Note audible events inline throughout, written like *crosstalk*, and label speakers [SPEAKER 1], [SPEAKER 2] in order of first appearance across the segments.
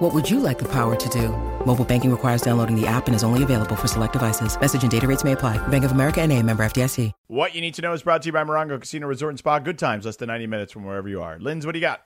[SPEAKER 1] What would you like the power to do? Mobile banking requires downloading the app and is only available for select devices. Message and data rates may apply. Bank of America and a member FDIC.
[SPEAKER 2] What you need to know is brought to you by Morongo Casino Resort and Spa. Good times, less than 90 minutes from wherever you are. Linz, what do you got?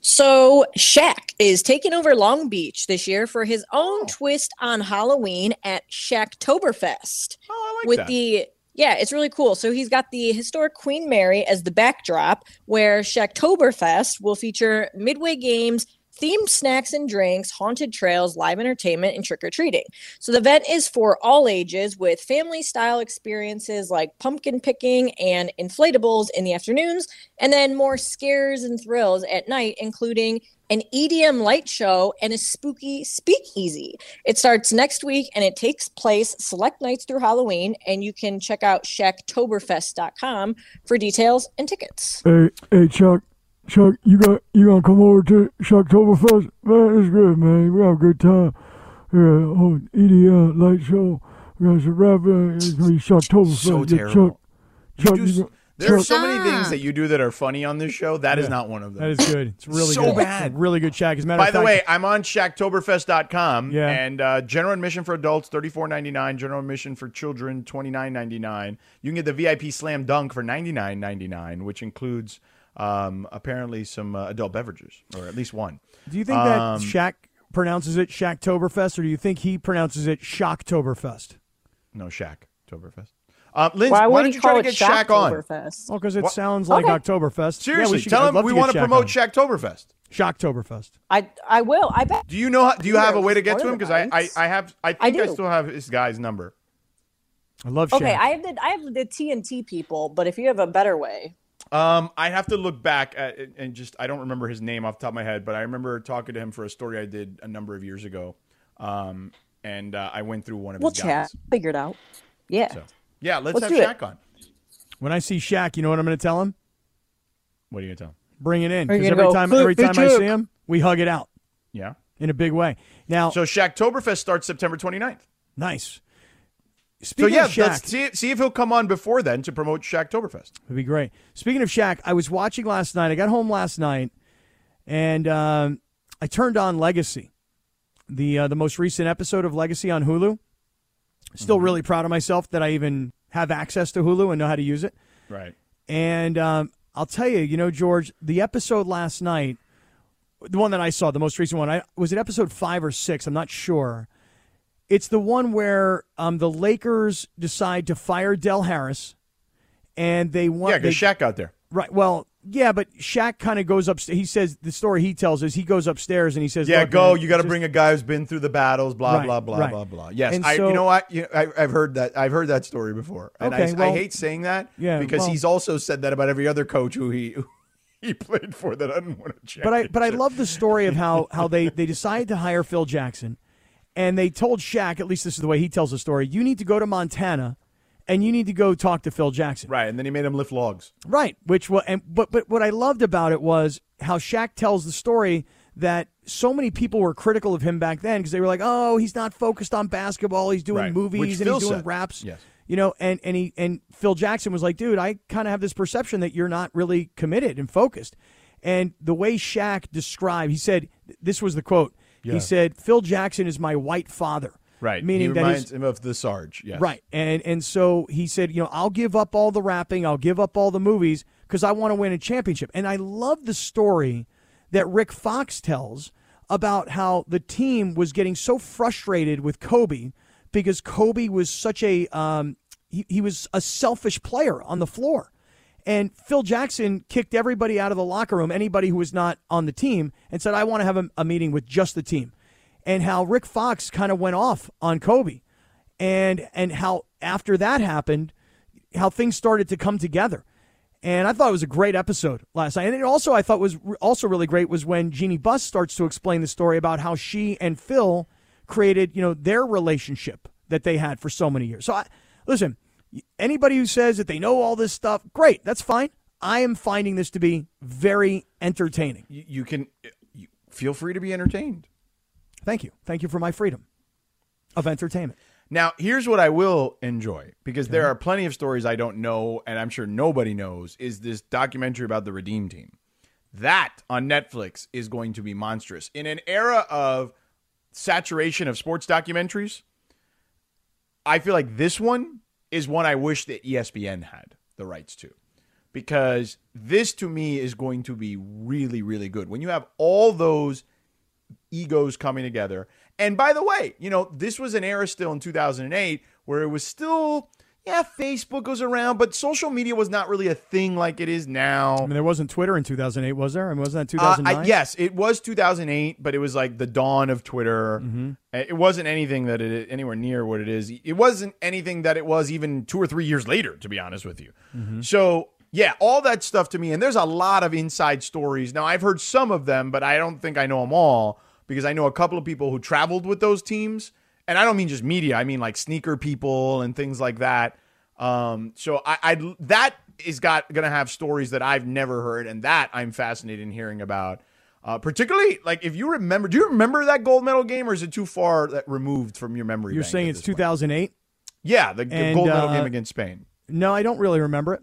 [SPEAKER 3] So Shaq is taking over Long Beach this year for his own twist on Halloween at Shacktoberfest.
[SPEAKER 2] Oh, I like
[SPEAKER 3] with
[SPEAKER 2] that.
[SPEAKER 3] the yeah, it's really cool. So he's got the historic Queen Mary as the backdrop, where Shacktoberfest will feature midway games, themed snacks and drinks, haunted trails, live entertainment, and trick or treating. So the event is for all ages with family style experiences like pumpkin picking and inflatables in the afternoons, and then more scares and thrills at night, including an EDM light show and a spooky speakeasy. It starts next week and it takes place select nights through Halloween. And you can check out shacktoberfest.com for details and tickets.
[SPEAKER 4] Hey, hey, Chuck, Chuck, you got you gonna come over to Shocktoberfest? Man, it's good, man. We have a good time. Yeah, oh, on EDL uh, light show. We got some rap. uh, It's gonna be Shocktoberfest.
[SPEAKER 2] So
[SPEAKER 4] Yeah,
[SPEAKER 2] terrible.
[SPEAKER 4] Chuck, Chuck,
[SPEAKER 2] You
[SPEAKER 4] you,
[SPEAKER 2] do-
[SPEAKER 4] got-
[SPEAKER 2] there are
[SPEAKER 4] Chuck,
[SPEAKER 2] so many things that you do that are funny on this show. That is not one of them.
[SPEAKER 5] That is good. It's really
[SPEAKER 2] So
[SPEAKER 5] good.
[SPEAKER 2] bad.
[SPEAKER 5] It's a really good Shaq. As a matter
[SPEAKER 2] By
[SPEAKER 5] of
[SPEAKER 2] the
[SPEAKER 5] fact,
[SPEAKER 2] way, I'm on Shacktoberfest.com.
[SPEAKER 5] Yeah.
[SPEAKER 2] And uh, general admission for adults, $34.99. General admission for children, $29.99. You can get the VIP Slam Dunk for $99.99, which includes um, apparently some uh, adult beverages, or at least one.
[SPEAKER 5] do you think
[SPEAKER 2] um,
[SPEAKER 5] that Shaq pronounces it Shacktoberfest, or do you think he pronounces it Shocktoberfest?
[SPEAKER 2] No, Shacktoberfest. Uh, Linz,
[SPEAKER 6] Why
[SPEAKER 2] why,
[SPEAKER 6] would
[SPEAKER 2] don't
[SPEAKER 6] he
[SPEAKER 2] you try
[SPEAKER 6] call
[SPEAKER 2] to
[SPEAKER 6] it
[SPEAKER 2] get Shaq on?
[SPEAKER 6] Shacktoberfest?
[SPEAKER 5] Well, because it
[SPEAKER 2] What?
[SPEAKER 5] sounds like
[SPEAKER 6] Okay.
[SPEAKER 5] Oktoberfest.
[SPEAKER 2] Seriously,
[SPEAKER 5] yeah, we should,
[SPEAKER 2] tell
[SPEAKER 5] I'd
[SPEAKER 2] him
[SPEAKER 5] love
[SPEAKER 2] we
[SPEAKER 5] to
[SPEAKER 2] want to
[SPEAKER 5] get Shaq
[SPEAKER 2] promote
[SPEAKER 5] on.
[SPEAKER 2] Shacktoberfest.
[SPEAKER 5] Shocktoberfest.
[SPEAKER 6] I I will. I bet.
[SPEAKER 2] Do you know? how- Do you have a way to get to him? Because I, I,
[SPEAKER 6] Spoiler
[SPEAKER 2] I have. I think
[SPEAKER 6] I
[SPEAKER 2] I,
[SPEAKER 6] do.
[SPEAKER 2] still have this guy's number.
[SPEAKER 5] I love Shaq.
[SPEAKER 6] Okay, I have the I have the TNT people, but if you have a better way,
[SPEAKER 2] Um, I have to look back at it and just I don't remember his name off the top of my head, but I remember talking to him for a story I did a number of years ago. Um, and uh, I went through one of
[SPEAKER 6] we'll
[SPEAKER 2] his
[SPEAKER 6] chat.
[SPEAKER 2] guys.
[SPEAKER 6] Figure it out. Yeah.
[SPEAKER 2] So yeah, let's,
[SPEAKER 6] Let's
[SPEAKER 2] have
[SPEAKER 6] do it.
[SPEAKER 2] Shaq on.
[SPEAKER 5] when I see Shaq, you know what I'm going to tell him?
[SPEAKER 2] What are you gonna tell him?
[SPEAKER 5] Bring it in. Oh,
[SPEAKER 6] Are you
[SPEAKER 5] Because
[SPEAKER 6] gonna
[SPEAKER 5] every
[SPEAKER 6] go,
[SPEAKER 5] time,
[SPEAKER 6] "Hey,
[SPEAKER 5] every
[SPEAKER 6] hey,
[SPEAKER 5] time I
[SPEAKER 6] Shaq."
[SPEAKER 5] see him, we hug it out
[SPEAKER 2] Yeah.
[SPEAKER 5] in a big way. Now,
[SPEAKER 2] So Shacktoberfest starts September 29th.
[SPEAKER 5] nice.
[SPEAKER 2] So
[SPEAKER 5] Speaking
[SPEAKER 2] yeah,
[SPEAKER 5] of Shaq,
[SPEAKER 2] let's see, see if he'll come on before then to promote Shacktoberfest.
[SPEAKER 5] It'd be great. Speaking of Shaq, I was watching last night. I got home last night, and um, I turned on Legacy, the uh, the most recent episode of Legacy on Hulu. Still
[SPEAKER 2] Mm-hmm.
[SPEAKER 5] really proud of myself that I even have access to Hulu and know how to use it.
[SPEAKER 2] Right.
[SPEAKER 5] And um, I'll tell you, you know, George, the episode last night, the one that I saw, the most recent one, I was it episode five or six? I'm not sure. It's the one where um, the Lakers decide to fire Dell Harris, and they want
[SPEAKER 2] Yeah,
[SPEAKER 5] they,
[SPEAKER 2] because Shaq out there.
[SPEAKER 5] Right. Well, yeah, but Shaq kind of goes up. He says the story he tells is he goes upstairs and he says,
[SPEAKER 2] Yeah,
[SPEAKER 5] "Look,
[SPEAKER 2] go.
[SPEAKER 5] man,
[SPEAKER 2] You got to
[SPEAKER 5] just-
[SPEAKER 2] bring a guy who's been through the battles. Blah
[SPEAKER 5] Right,
[SPEAKER 2] blah blah
[SPEAKER 5] right.
[SPEAKER 2] blah blah. Yes,
[SPEAKER 5] And
[SPEAKER 2] I.
[SPEAKER 5] so-
[SPEAKER 2] You know what? You I, I've heard that. I've heard that story before, and I,
[SPEAKER 5] Okay, well-
[SPEAKER 2] I hate saying that.
[SPEAKER 5] Yeah,
[SPEAKER 2] because
[SPEAKER 5] well-
[SPEAKER 2] he's also said that about every other coach who he who *laughs* he played for that I didn't want to check.
[SPEAKER 5] But I but I love the story of how how they they decided to hire Phil Jackson, and they told Shaq at least this is the way he tells the story. You need to go to Montana, and you need to go talk to Phil Jackson.
[SPEAKER 2] right, and then he made him lift logs.
[SPEAKER 5] Right. Which was, and, but but what I loved about it was how Shaq tells the story that so many people were critical of him back then because they were like, oh, he's not focused on basketball, he's doing
[SPEAKER 2] Right.
[SPEAKER 5] movies
[SPEAKER 2] Which
[SPEAKER 5] and
[SPEAKER 2] Phil
[SPEAKER 5] he's doing
[SPEAKER 2] said.
[SPEAKER 5] raps.
[SPEAKER 2] Yes.
[SPEAKER 5] You know, and and he and Phil Jackson was like, dude, I kind of have this perception that you're not really committed and focused. And the way Shaq described, he said, this was the quote.
[SPEAKER 2] Yeah.
[SPEAKER 5] He said, Phil Jackson is my white father.
[SPEAKER 2] Right,
[SPEAKER 5] Meaning
[SPEAKER 2] he
[SPEAKER 5] that
[SPEAKER 2] reminds
[SPEAKER 5] his,
[SPEAKER 2] him of the Sarge. Yes.
[SPEAKER 5] Right. And and so he said, you know, I'll give up all the rapping, I'll give up all the movies because I want to win a championship. And I love the story that Rick Fox tells about how the team was getting so frustrated with Kobe because Kobe was such a um, he, he was a selfish player on the floor. And Phil Jackson kicked everybody out of the locker room, anybody who was not on the team, and said, I want to have a, a meeting with just the team. And how Rick Fox kind of went off on Kobe. And and how after that happened, how things started to come together. And I thought it was a great episode last night. And it also I thought was re- also really great was when Jeannie Buss starts to explain the story about how she and Phil created, you know, their relationship that they had for so many years. So I listen, Anybody who says that they know all this stuff, great, that's fine. I am finding this to be very entertaining.
[SPEAKER 2] You, you can you feel free to be entertained.
[SPEAKER 5] Thank you. Thank you for my freedom of entertainment.
[SPEAKER 2] Now, here's what I will enjoy because there are plenty of stories I don't know, and I'm sure nobody knows. Is this documentary about the Redeem Team? That on Netflix is going to be monstrous. In an era of saturation of sports documentaries, I feel like this one is one I wish that E ESPN had the rights to because this to me is going to be really, really good. When you have all those egos coming together. And by the way, you know, this was an era still in 2008 where it was still, yeah, Facebook was around, but social media was not really a thing like it is now.
[SPEAKER 5] I mean, there wasn't Twitter in 2008, was there? I mean, wasn't that
[SPEAKER 2] Uh,
[SPEAKER 5] 2009?
[SPEAKER 2] I, yes, it was 2008, but it was like the dawn of Twitter. It wasn't anything that it anywhere near what it is. It wasn't anything that it was even two or three years later, to be honest with you. So yeah, all that stuff to me, and there's a lot of inside stories. Now I've heard some of them, but I don't think I know them all because I know a couple of people who traveled with those teams, and I don't mean just media. I mean like sneaker people and things like that. Um, so I, I that is got gonna have stories that I've never heard, and that I'm fascinated in hearing about. Uh, particularly like if you remember, do you remember that gold medal game, or is it too far that removed from your memory?
[SPEAKER 5] You're
[SPEAKER 2] bank
[SPEAKER 5] saying
[SPEAKER 2] at
[SPEAKER 5] it's
[SPEAKER 2] this point?
[SPEAKER 5] 2008?
[SPEAKER 2] Yeah, the, the
[SPEAKER 5] And,
[SPEAKER 2] gold medal
[SPEAKER 5] uh,
[SPEAKER 2] game against Spain.
[SPEAKER 5] No, I don't really remember it.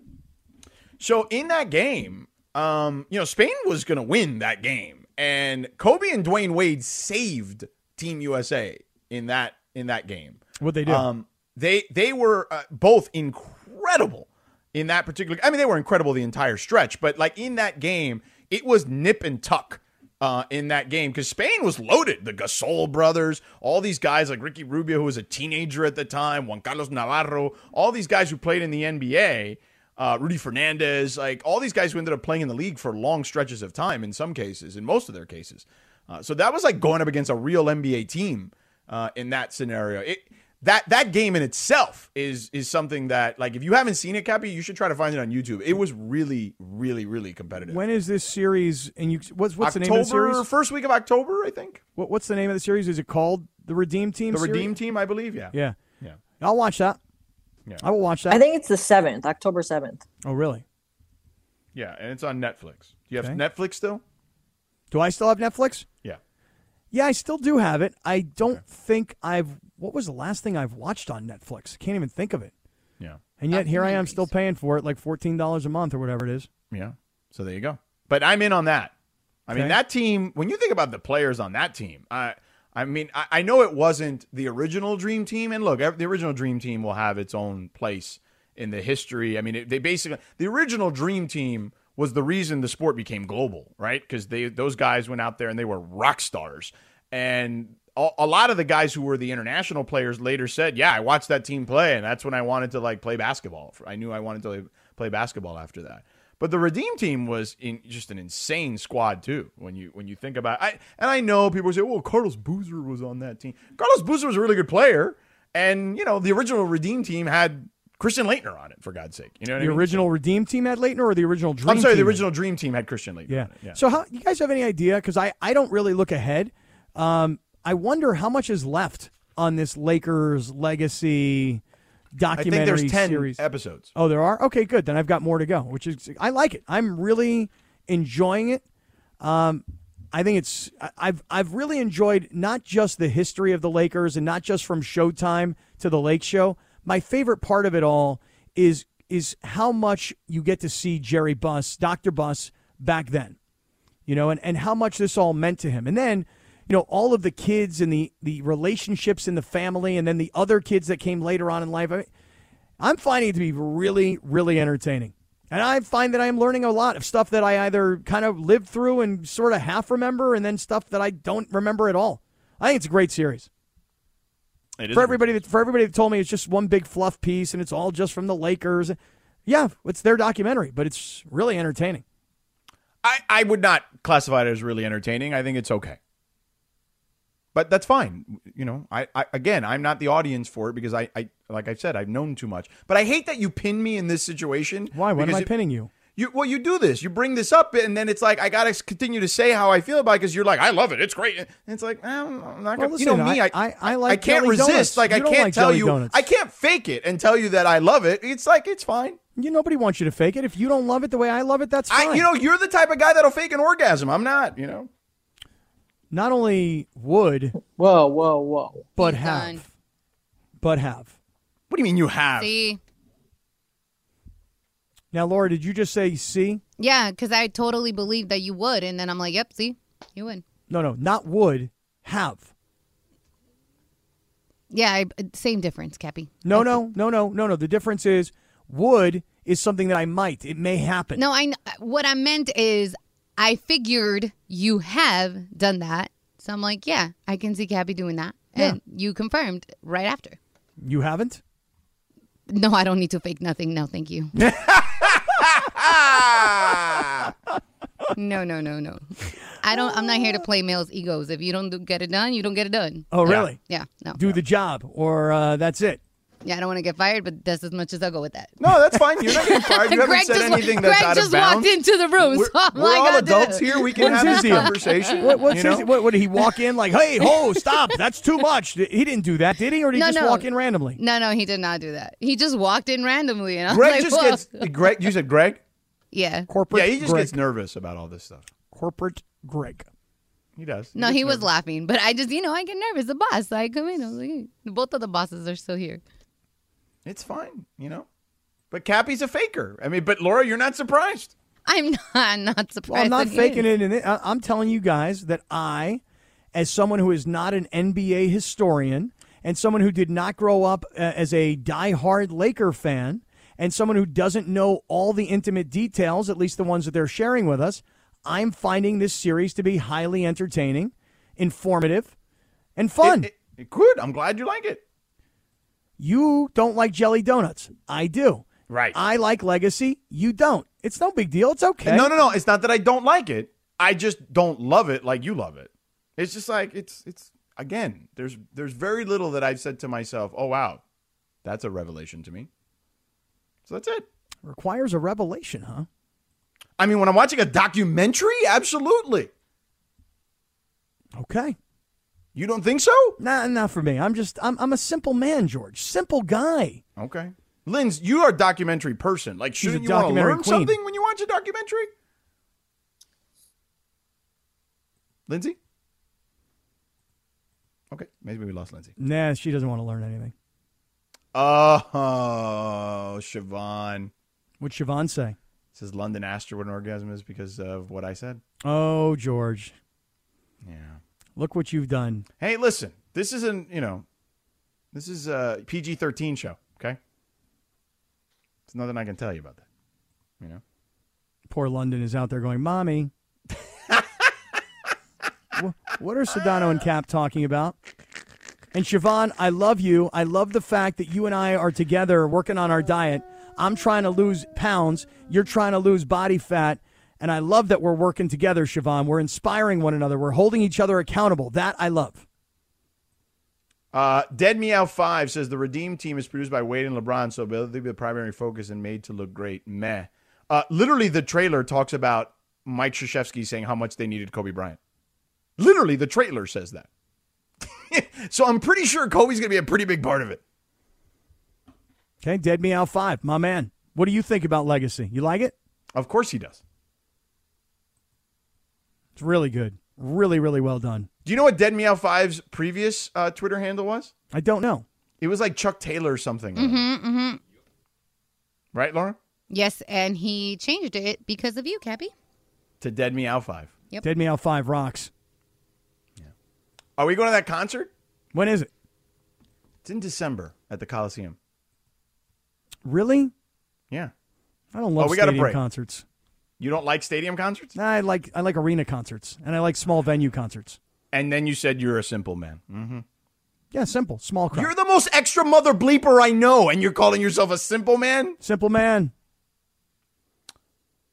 [SPEAKER 2] So in that game, um, you know, Spain was going to win that game, and Kobe and Dwayne Wade saved Team USA in that in that game.
[SPEAKER 5] What'd they do?
[SPEAKER 2] Um, they they were uh, both incredible in that particular. I mean, they were incredible the entire stretch, but like in that game, it was nip and tuck. Uh, in that game, because Spain was loaded, the Gasol brothers, all these guys like Ricky Rubio, who was a teenager at the time, Juan Carlos Navarro, all these guys who played in the NBA, uh, Rudy Fernandez, like all these guys who ended up playing in the league for long stretches of time in some cases, in most of their cases. Uh, so that was like going up against a real NBA team uh, in that scenario. It that that game in itself is is something that like if you haven't seen it, Cappy, you should try to find it on YouTube. It was really, really, really competitive.
[SPEAKER 5] When is this series? And you, what's what's the name of the
[SPEAKER 2] October
[SPEAKER 5] series?
[SPEAKER 2] first week of October, I think.
[SPEAKER 5] What, what's the name of the series? Is it called the Redeem Team?
[SPEAKER 2] The
[SPEAKER 5] series?
[SPEAKER 2] Redeem Team, I believe. Yeah.
[SPEAKER 5] Yeah,
[SPEAKER 2] Yeah.
[SPEAKER 5] I'll watch that.
[SPEAKER 2] Yeah.
[SPEAKER 5] I will watch that.
[SPEAKER 6] I think it's the seventh, October seventh.
[SPEAKER 5] oh, really?
[SPEAKER 2] Yeah, and it's on Netflix. Do you have
[SPEAKER 5] Okay.
[SPEAKER 2] Netflix still?
[SPEAKER 5] Do I still have Netflix?
[SPEAKER 2] Yeah.
[SPEAKER 5] Yeah, I still do have it. I don't think I've. What was the last thing I've watched on Netflix? I can't even think of it.
[SPEAKER 2] Yeah.
[SPEAKER 5] And yet here I am still paying for it, like fourteen dollars a month or whatever it is.
[SPEAKER 2] Yeah. So there you go. But I'm in on that. I mean,
[SPEAKER 5] Okay.
[SPEAKER 2] that team, when you think about the players on that team, I, I mean, I, I know it wasn't the original Dream Team. And look, ev- the original Dream Team will have its own place in the history. I mean, it, they basically, the original Dream Team was the reason the sport became global, right? Because they those guys went out there and they were rock stars. And a, a lot of the guys who were the international players later said, "Yeah, I watched that team play, and that's when I wanted to like play basketball. I knew I wanted to like, play basketball after that." But the Redeem team was in just an insane squad too. When you when you think about, I and I know people say, "Well, Carlos Boozer was on that team." Carlos Boozer was a really good player, and you know the original Redeem team had Christian Leitner on it. For God's sake, you know what
[SPEAKER 5] The
[SPEAKER 2] I mean?
[SPEAKER 5] original Redeem Team at Leighton or the original Dream
[SPEAKER 2] I'm sorry, the
[SPEAKER 5] Team?
[SPEAKER 2] original Dream team had Christian Leitner.
[SPEAKER 5] Yeah.
[SPEAKER 2] on it. yeah.
[SPEAKER 5] So how you guys have any idea? Because I I don't really look ahead. Um, I wonder how much is left on this Lakers legacy
[SPEAKER 2] I think
[SPEAKER 5] documentary
[SPEAKER 2] there's ten
[SPEAKER 5] series.
[SPEAKER 2] episodes.
[SPEAKER 5] oh, there are. Okay, good. Then I've got more to go, which is I like it. I'm really enjoying it. Um, I think it's I- I've I've really enjoyed not just the history of the Lakers and not just from Showtime to the Lake Show. My favorite part of it all is is how much you get to see Jerry Buss, Dr. Buss back then you know, and, and how much this all meant to him. And then, you know, all of the kids and the, the relationships in the family and then the other kids that came later on in life. I mean, I'm finding it to be really, really entertaining. And I find that I'm learning a lot of stuff that I either kind of lived through and sort of half remember and then stuff that I don't remember at all. I think it's a great series.
[SPEAKER 2] It is
[SPEAKER 5] For everybody that for everybody that told me it's just one big fluff piece and it's all just from the Lakers. Yeah, it's their documentary, but it's really entertaining.
[SPEAKER 2] I, I would not classify it as really entertaining. I think it's okay. But that's fine. You know, I, I again, I'm not the audience for it because I, I like I said, I've known too much. But I hate that you pin me in this situation.
[SPEAKER 5] Why? What
[SPEAKER 2] because
[SPEAKER 5] am I
[SPEAKER 2] it-
[SPEAKER 5] pinning you?
[SPEAKER 2] You well, you do this. You bring this up, and then it's like I gotta continue to say how I feel about it because you're like, I love it. It's great. And it's like I'm, I'm not gonna.
[SPEAKER 5] Well,
[SPEAKER 2] you know
[SPEAKER 5] listen,
[SPEAKER 2] me.
[SPEAKER 5] I-
[SPEAKER 2] I
[SPEAKER 5] I- I like
[SPEAKER 2] I can't
[SPEAKER 5] jelly
[SPEAKER 2] resist.
[SPEAKER 5] donuts.
[SPEAKER 2] Like
[SPEAKER 5] You
[SPEAKER 2] I
[SPEAKER 5] don't
[SPEAKER 2] can't
[SPEAKER 5] like
[SPEAKER 2] tell
[SPEAKER 5] jelly
[SPEAKER 2] you.
[SPEAKER 5] donuts.
[SPEAKER 2] I can't fake it and tell you that I love it. It's like it's fine.
[SPEAKER 5] You nobody wants you to fake it. If you don't love it the way I love it, that's fine.
[SPEAKER 2] I, you know, you're the type of guy that'll fake an orgasm. I'm not. You know.
[SPEAKER 5] not only would
[SPEAKER 6] Whoa, whoa, whoa.
[SPEAKER 5] but
[SPEAKER 7] He's
[SPEAKER 5] have,
[SPEAKER 7] done.
[SPEAKER 5] but have.
[SPEAKER 2] What do you mean you have?
[SPEAKER 7] See?
[SPEAKER 5] Now, Laura, did you just say see?
[SPEAKER 7] Yeah, because I totally believed that you would. And then I'm like, yep, see? You would.
[SPEAKER 5] No, no, not would have.
[SPEAKER 7] Yeah, I, uh, same difference, Cappy.
[SPEAKER 5] No, no, no, no, no, no. The difference is would is something that I might. It may happen.
[SPEAKER 7] No, I. kn- uh, What I meant is, I figured you have done that, so I'm like, yeah, I can see Cappy doing that, and you confirmed right after.
[SPEAKER 5] You haven't.
[SPEAKER 7] No, I don't need to fake nothing. No, thank you. no, no, no, no. I don't. I'm not here to play males' egos. If you don't do- get it done, you don't get it done.
[SPEAKER 5] Oh, really?
[SPEAKER 7] Yeah, no.
[SPEAKER 5] Do the job, or uh, that's it.
[SPEAKER 7] Yeah, I don't want to get fired, but that's as much as I'll go with that.
[SPEAKER 2] No, that's fine. You're
[SPEAKER 7] *laughs*
[SPEAKER 2] not getting fired. You haven't
[SPEAKER 7] Greg
[SPEAKER 2] said
[SPEAKER 7] just, wa-
[SPEAKER 2] anything that's
[SPEAKER 7] Greg
[SPEAKER 2] out
[SPEAKER 7] just
[SPEAKER 2] of bounds.
[SPEAKER 7] walked into the room.
[SPEAKER 2] We're,
[SPEAKER 7] so I'm
[SPEAKER 2] we're
[SPEAKER 7] like,
[SPEAKER 2] all
[SPEAKER 7] I'll do
[SPEAKER 2] adults
[SPEAKER 7] it.
[SPEAKER 2] here. We can
[SPEAKER 5] What's
[SPEAKER 2] have
[SPEAKER 5] his
[SPEAKER 2] this
[SPEAKER 5] deal?
[SPEAKER 2] conversation.
[SPEAKER 5] What, what's
[SPEAKER 2] you know?
[SPEAKER 5] his, what, what did he walk in like? Hey, ho, stop! That's too much. He didn't do that, did he? Or did he
[SPEAKER 7] No,
[SPEAKER 5] just
[SPEAKER 7] no.
[SPEAKER 5] walk in randomly?
[SPEAKER 7] No, no, he did not do that. He just walked in randomly, and I
[SPEAKER 2] *laughs*
[SPEAKER 7] was
[SPEAKER 2] Greg
[SPEAKER 7] like,
[SPEAKER 2] just
[SPEAKER 7] "Whoa."
[SPEAKER 2] gets *laughs* Greg. You said Greg.
[SPEAKER 7] yeah.
[SPEAKER 5] Corporate.
[SPEAKER 2] yeah, he just
[SPEAKER 5] Greg.
[SPEAKER 2] gets nervous about all this stuff.
[SPEAKER 5] corporate Greg.
[SPEAKER 2] He does.
[SPEAKER 7] No,
[SPEAKER 2] gets
[SPEAKER 7] he was
[SPEAKER 2] nervous.
[SPEAKER 7] laughing, but I just, you know, I get nervous. The boss, I come in, I was like, "Hey." both of the bosses are still here.
[SPEAKER 2] It's fine, you know. But Cappy's a faker. I mean, but Laura, you're not surprised.
[SPEAKER 7] I'm *laughs* not, I'm not
[SPEAKER 5] Well,
[SPEAKER 7] surprised.
[SPEAKER 5] I'm not
[SPEAKER 7] that he
[SPEAKER 5] faking
[SPEAKER 7] is.
[SPEAKER 5] it, and it- I- I'm telling you guys that I, as someone who is not an NBA historian, and someone who did not grow up uh, as a diehard Laker fan, and someone who doesn't know all the intimate details, at least the ones that they're sharing with us, I'm finding this series to be highly entertaining, informative, and fun.
[SPEAKER 2] It, it, good. I'm glad you like it.
[SPEAKER 5] you don't like jelly donuts. I do.
[SPEAKER 2] Right.
[SPEAKER 5] I like legacy. You don't. It's no big deal. It's okay.
[SPEAKER 2] No, no, no. It's not that I don't like it. I just don't love it like you love it. It's just like it's it's again. There's there's very little that I've said to myself. Oh wow, that's a revelation to me. So that's it.
[SPEAKER 5] Requires a revelation, huh?
[SPEAKER 2] I mean, when I'm watching a documentary, absolutely.
[SPEAKER 5] Okay.
[SPEAKER 2] You don't think so?
[SPEAKER 5] Nah, not for me. I'm just I'm I'm a simple man, George. Simple guy.
[SPEAKER 2] Okay. Linz, you are a documentary person. Like,
[SPEAKER 5] She's a
[SPEAKER 2] shouldn't you want to
[SPEAKER 5] documentary
[SPEAKER 2] learn
[SPEAKER 5] queen.
[SPEAKER 2] something when you watch a documentary? Lindsay? Okay, maybe we lost Lindsay.
[SPEAKER 5] Nah, she doesn't want to learn anything.
[SPEAKER 2] Oh, oh Siobhan.
[SPEAKER 5] What'd Siobhan say?
[SPEAKER 2] Says London asked her what an orgasm is because of what I said.
[SPEAKER 5] Oh, George,
[SPEAKER 2] Yeah.
[SPEAKER 5] look what you've done.
[SPEAKER 2] Hey, listen, this isn't, you know, this is a PG 13 show, okay? There's nothing I can tell you about that. You know?
[SPEAKER 5] Poor London is out there going, Mommy. *laughs* Wh- what are Sedano and Cap talking about? And Siobhan, I love you. I love the fact that you and I are together working on our diet. I'm trying to lose pounds. You're trying to lose body fat. And I love that we're working together, Siobhan. We're inspiring one another. We're holding each other accountable. That I love.
[SPEAKER 2] Uh, Dead Meow 5 says the Redeem team is produced by Wade and LeBron, so they'll be the primary focus and made to look great. Meh. Uh, literally, the trailer talks about Mike Krzyzewski saying how much they needed Kobe Bryant. Literally, the trailer says that. *laughs* so I'm pretty sure Kobe's going to be a pretty big part of it.
[SPEAKER 5] Okay, Dead Meow 5, my man. What do you think about Legacy? You like it?
[SPEAKER 2] Of course he does.
[SPEAKER 5] It's really good. Really, really well done.
[SPEAKER 2] Do you know what Dead Meow 5's previous uh, Twitter handle was?
[SPEAKER 5] I don't know.
[SPEAKER 2] It was like Chuck Taylor or something. Right, Laura?
[SPEAKER 7] Yes, and he changed it because of you, Cappy.
[SPEAKER 2] To Dead Meow 5.
[SPEAKER 7] Yep.
[SPEAKER 5] Dead Meow 5 rocks.
[SPEAKER 2] Are we going to that concert?
[SPEAKER 5] When is it?
[SPEAKER 2] It's in December at the Coliseum.
[SPEAKER 5] Really?
[SPEAKER 2] Yeah.
[SPEAKER 5] I don't love
[SPEAKER 2] Oh, we got a
[SPEAKER 5] stadium
[SPEAKER 2] break.
[SPEAKER 5] concerts.
[SPEAKER 2] You don't like stadium concerts?
[SPEAKER 5] Nah, I like I like arena concerts and I like small venue concerts.
[SPEAKER 2] And then you said you're a simple man. Mm-hmm.
[SPEAKER 5] Yeah, simple, small crowd.
[SPEAKER 2] You're the most extra mother bleeper I know, and you're calling yourself a simple man?
[SPEAKER 5] simple man.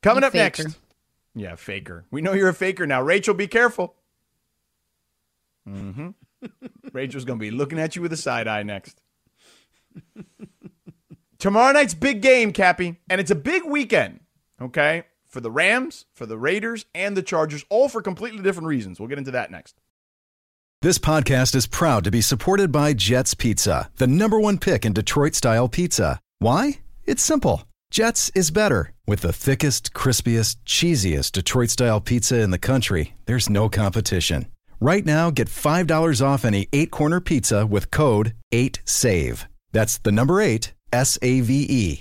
[SPEAKER 2] Coming
[SPEAKER 7] You
[SPEAKER 2] up
[SPEAKER 7] faker.
[SPEAKER 2] next. Yeah, faker. We know you're a faker now. Rachel, be careful. hmm Rachel's going to be looking at you with a side eye next. Tomorrow night's big game, Cappy, and it's a big weekend. okay? For the Rams, for the Raiders, and the Chargers, all for completely different reasons. We'll get into that next.
[SPEAKER 8] This podcast is proud to be supported by Jets Pizza, the number one pick in Detroit style pizza. Why? It's simple. Jets is better. With the thickest, crispiest, cheesiest Detroit style pizza in the country, there's no competition. Right now, get $5 off any eight corner pizza with code 8SAVE. That's the number eight, S A V E.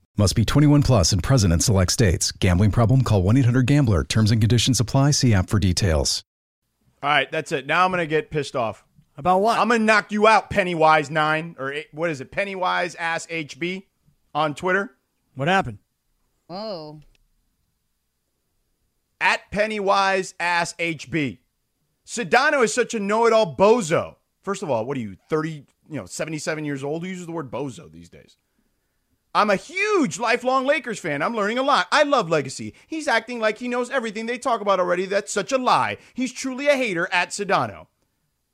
[SPEAKER 8] Must be 21 plus and present in select states. Gambling problem? Call 1 800 GAMBLER. Terms and conditions apply. See app for details.
[SPEAKER 2] All right, that's it. Now I'm going to get pissed off.
[SPEAKER 5] About what?
[SPEAKER 2] I'm gonna knock you out, Pennywise Nine or eight, what is it, Pennywise Ass HB on Twitter
[SPEAKER 5] what happened?
[SPEAKER 7] Whoa.
[SPEAKER 2] at Pennywise Ass HB. Sedano is such a know-it-all bozo. First of all, what are you, thirty? You know, seventy-seven years old. Who uses the word bozo these days? I'm a huge lifelong Lakers fan. I'm learning a lot. I love Legacy. He's acting like he knows everything they talk about already. That's such a lie. He's truly a hater at Sedano.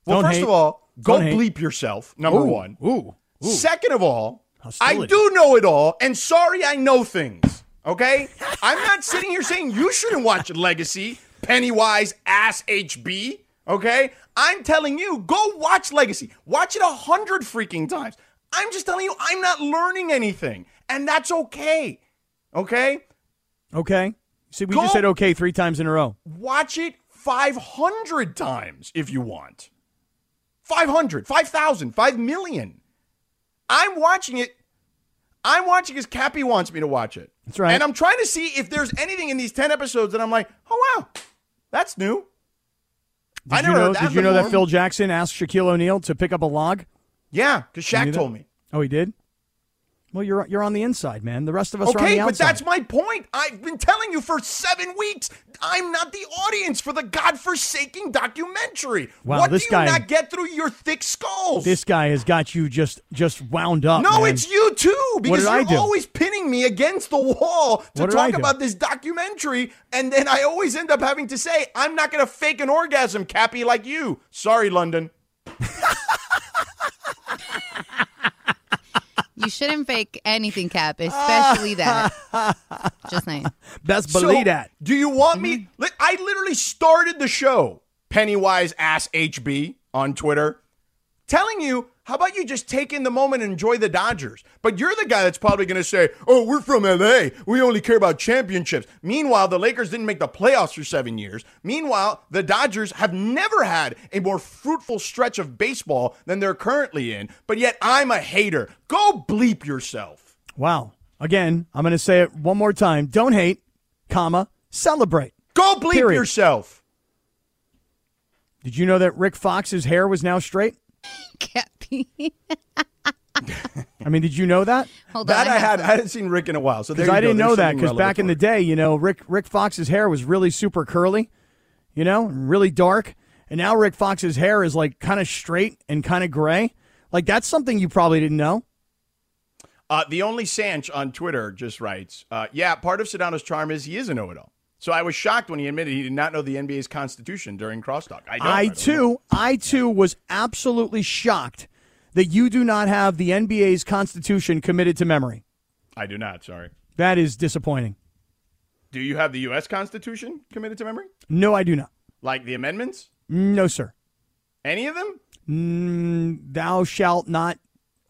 [SPEAKER 2] Well,
[SPEAKER 5] Don't
[SPEAKER 2] first
[SPEAKER 5] hate.
[SPEAKER 2] of all, go
[SPEAKER 5] Don't hate.
[SPEAKER 2] bleep yourself. Number one.
[SPEAKER 5] Ooh. Ooh.
[SPEAKER 2] Second of all, I
[SPEAKER 5] Hostility.
[SPEAKER 2] do know it all, and sorry I know things. Okay? *laughs* I'm not sitting here saying you shouldn't watch Legacy, Pennywise, ass HB. Okay? I'm telling you, go watch Legacy. Watch it a hundred freaking times. I'm just telling you, I'm not learning anything, and that's okay. Okay?
[SPEAKER 5] Okay. See, we
[SPEAKER 2] Go-
[SPEAKER 5] just said okay three times in a row.
[SPEAKER 2] Watch it 500 times if you want. 500, 5,000, 5 million. I'm watching it. I'm watching as Cappy wants me to watch it.
[SPEAKER 5] That's right.
[SPEAKER 2] And I'm trying to see if there's anything in these 10 episodes that I'm like, oh, wow, that's new.
[SPEAKER 5] Did
[SPEAKER 2] I
[SPEAKER 5] you
[SPEAKER 2] never
[SPEAKER 5] know,
[SPEAKER 2] heard that
[SPEAKER 5] Did you know that
[SPEAKER 2] before.
[SPEAKER 5] Phil Jackson asked Shaquille O'Neal to pick up a log?
[SPEAKER 2] Yeah, because
[SPEAKER 5] knew
[SPEAKER 2] Shaq
[SPEAKER 5] that?
[SPEAKER 2] told me.
[SPEAKER 5] Oh, he did. Well, you're you're on the inside, man. The rest of us are on
[SPEAKER 2] okay,
[SPEAKER 5] the
[SPEAKER 2] but
[SPEAKER 5] outside.
[SPEAKER 2] that's my point. I've been telling you for seven weeks, I'm not the audience for the godforsaken documentary.
[SPEAKER 5] Wow,
[SPEAKER 2] what
[SPEAKER 5] this
[SPEAKER 2] do you
[SPEAKER 5] guy-
[SPEAKER 2] not get through your thick skulls?
[SPEAKER 5] this guy has got you just just wound up.
[SPEAKER 2] No,
[SPEAKER 5] man.
[SPEAKER 2] it's you too, because
[SPEAKER 5] did I
[SPEAKER 2] you're
[SPEAKER 5] do?
[SPEAKER 2] always pinning me against the wall to
[SPEAKER 5] What did I
[SPEAKER 2] talk
[SPEAKER 5] do?
[SPEAKER 2] about this documentary, and then I always end up having to say, I'm not going to fake an orgasm, Cappy, like you. Sorry, London.
[SPEAKER 7] You shouldn't fake anything, Cap,
[SPEAKER 2] *laughs*
[SPEAKER 7] especially that. Just saying. *laughs*
[SPEAKER 5] best believe that. Mm-hmm.
[SPEAKER 2] Do you want me? Li- I literally started the show, Pennywise Ass HB on Twitter, telling you, how about you just take in the moment and enjoy the Dodgers? But you're the guy that's probably going to say, oh, we're from LA. We only care about championships. Meanwhile, the Lakers didn't make the playoffs for seven years. Meanwhile, the Dodgers have never had a more fruitful stretch of baseball than they're currently in. But yet I'm a hater. Go bleep yourself.
[SPEAKER 5] Wow. Again, I'm going to say it one more time. Don't hate, comma, celebrate.
[SPEAKER 2] Go bleep
[SPEAKER 5] Period.
[SPEAKER 2] yourself.
[SPEAKER 5] Did you know that Rick Fox's hair was now straight?
[SPEAKER 7] Cappy.
[SPEAKER 5] I mean, did you know that?
[SPEAKER 7] Hold
[SPEAKER 2] That
[SPEAKER 7] on.
[SPEAKER 2] I had I hadn't seen Rick in a while, so there
[SPEAKER 5] Because
[SPEAKER 2] you
[SPEAKER 5] I
[SPEAKER 2] go.
[SPEAKER 5] didn't
[SPEAKER 2] There's
[SPEAKER 5] know that.
[SPEAKER 2] something
[SPEAKER 5] Because back in the
[SPEAKER 2] relevant
[SPEAKER 5] day, you know, Rick Rick Fox's hair was really super curly, you know, really dark. And now Rick Fox's hair is like kind of straight and kind of gray. Like that's something you probably didn't know.
[SPEAKER 2] for it. Uh, the only Sanch on Twitter just writes, uh, "Yeah, part of Sedano's charm is he is a know-it-all." So I was shocked when he admitted he did not know the NBA's constitution during crosstalk. I, don't,
[SPEAKER 5] I,
[SPEAKER 2] don't know.
[SPEAKER 5] too, I too was absolutely shocked that you do not have the NBA's constitution committed to memory.
[SPEAKER 2] I do not. Sorry.
[SPEAKER 5] That is disappointing.
[SPEAKER 2] Do you have the U.S. Constitution committed to memory,
[SPEAKER 5] No, I do not.
[SPEAKER 2] like the amendments?
[SPEAKER 5] No, sir.
[SPEAKER 2] Any of them?
[SPEAKER 5] Mm, thou shalt not.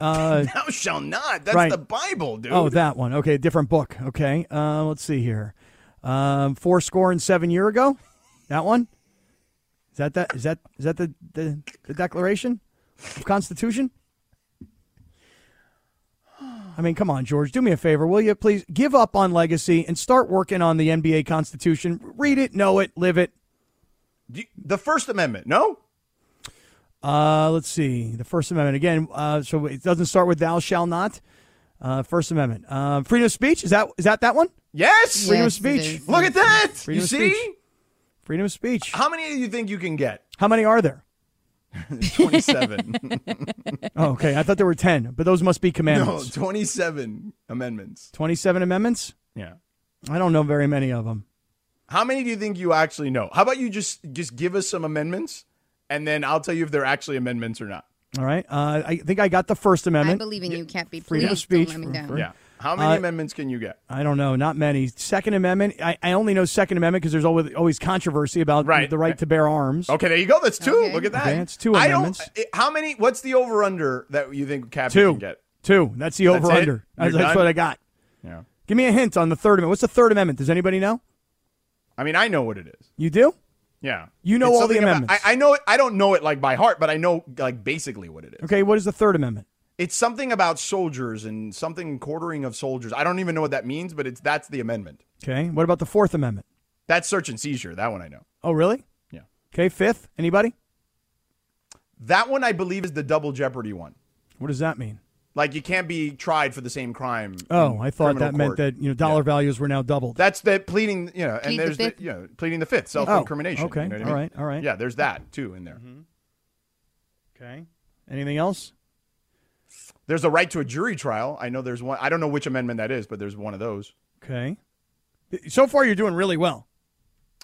[SPEAKER 5] Uh,
[SPEAKER 2] *laughs* Thou shall not. That's
[SPEAKER 5] Right.
[SPEAKER 2] the Bible, dude.
[SPEAKER 5] oh, that one. Okay, different book. Okay, uh, let's see here. Um, four score and seven year ago. That one. Is that that? Is that is that the the, the Declaration of Constitution? I mean, come on, George. Do me a favor, will you? Please give up on legacy and start working on the NBA Constitution. Read it, know it, live it.
[SPEAKER 2] Do you- the First Amendment, no?
[SPEAKER 5] Uh, let's see. The First Amendment again. Uh, so it doesn't start with "Thou shall not." Uh, First Amendment. Uh, freedom of speech. Is that is that that one?
[SPEAKER 2] Yes.
[SPEAKER 5] Freedom
[SPEAKER 7] Yes,
[SPEAKER 5] of
[SPEAKER 7] it
[SPEAKER 5] speech.
[SPEAKER 7] is.
[SPEAKER 2] Look at that.
[SPEAKER 5] Freedom
[SPEAKER 2] you
[SPEAKER 5] of
[SPEAKER 2] see?
[SPEAKER 5] speech. Freedom of speech.
[SPEAKER 2] How many do you think you can
[SPEAKER 5] *laughs*
[SPEAKER 2] get?
[SPEAKER 5] How many are there?
[SPEAKER 2] 27.
[SPEAKER 5] Oh, okay. I thought there were ten, but those must
[SPEAKER 2] *laughs*
[SPEAKER 5] be
[SPEAKER 2] no,
[SPEAKER 5] commandments.
[SPEAKER 2] 27 amendments.
[SPEAKER 5] Twenty-seven amendments.
[SPEAKER 2] Yeah.
[SPEAKER 5] I don't know very many of them.
[SPEAKER 2] How many do you think you actually know? How about you just just give us some amendments and then I'll tell you if they're actually amendments or not.
[SPEAKER 5] All right. Uh, I think I got the First
[SPEAKER 7] I
[SPEAKER 5] Amendment.
[SPEAKER 7] believe in you, Cappy. Please
[SPEAKER 5] Freedom of
[SPEAKER 7] don't
[SPEAKER 5] speech.
[SPEAKER 7] let me down.
[SPEAKER 5] Sure.
[SPEAKER 2] Yeah. How many
[SPEAKER 5] Uh,
[SPEAKER 2] amendments can you get?
[SPEAKER 5] I don't know, not many. Second Amendment. I, I only know Second Amendment because there's always always controversy about
[SPEAKER 2] Right.
[SPEAKER 5] the right to bear arms.
[SPEAKER 2] Okay, there you go. That's two.
[SPEAKER 7] Okay.
[SPEAKER 2] Look at that.
[SPEAKER 5] Okay, that's two
[SPEAKER 2] I don't-
[SPEAKER 5] amendments.
[SPEAKER 2] eh, how many? What's the over under that you think Cap
[SPEAKER 5] Two.
[SPEAKER 2] can get?
[SPEAKER 5] Two. That's the
[SPEAKER 2] That's
[SPEAKER 5] over
[SPEAKER 2] it?
[SPEAKER 5] under. That's,
[SPEAKER 2] You're
[SPEAKER 5] that's
[SPEAKER 2] done?
[SPEAKER 5] what I got.
[SPEAKER 2] Yeah.
[SPEAKER 5] Give me a hint on the Third Amendment. What's the Third Amendment? Does anybody know?
[SPEAKER 2] I mean, I know what it is.
[SPEAKER 5] You do?
[SPEAKER 2] Yeah.
[SPEAKER 5] You know
[SPEAKER 2] It's
[SPEAKER 5] all the
[SPEAKER 2] something about-
[SPEAKER 5] amendments.
[SPEAKER 2] I, I know it. I don't know it like by heart, but I know like basically what it is.
[SPEAKER 5] Okay. What is the Third Amendment?
[SPEAKER 2] It's something about soldiers and something quartering of soldiers. I don't even know what that means, but it's that's the amendment.
[SPEAKER 5] Okay. What about the Fourth Amendment?
[SPEAKER 2] That's search and seizure. That one I know.
[SPEAKER 5] Oh, really?
[SPEAKER 2] Yeah.
[SPEAKER 5] Okay. Fifth. Anybody?
[SPEAKER 2] That one I believe is the double jeopardy one.
[SPEAKER 5] What does that mean?
[SPEAKER 2] Like you can't be tried for the same crime. in
[SPEAKER 5] Oh, I thought
[SPEAKER 2] criminal
[SPEAKER 5] that meant
[SPEAKER 2] court.
[SPEAKER 5] that you know dollar values were now doubled.
[SPEAKER 2] That's the pleading, you know,
[SPEAKER 7] Plead
[SPEAKER 2] and
[SPEAKER 7] the
[SPEAKER 2] there's the,
[SPEAKER 7] fifth.
[SPEAKER 2] you know pleading the fifth, self incrimination.
[SPEAKER 5] Oh, okay,
[SPEAKER 2] you know what I
[SPEAKER 5] all
[SPEAKER 2] mean?
[SPEAKER 5] right, all right.
[SPEAKER 2] Yeah, there's that too in there.
[SPEAKER 5] okay. Anything else?
[SPEAKER 2] There's a right to a jury trial. I know there's one. I don't know which amendment that is, but there's one of those.
[SPEAKER 5] Okay. So far, you're doing really well.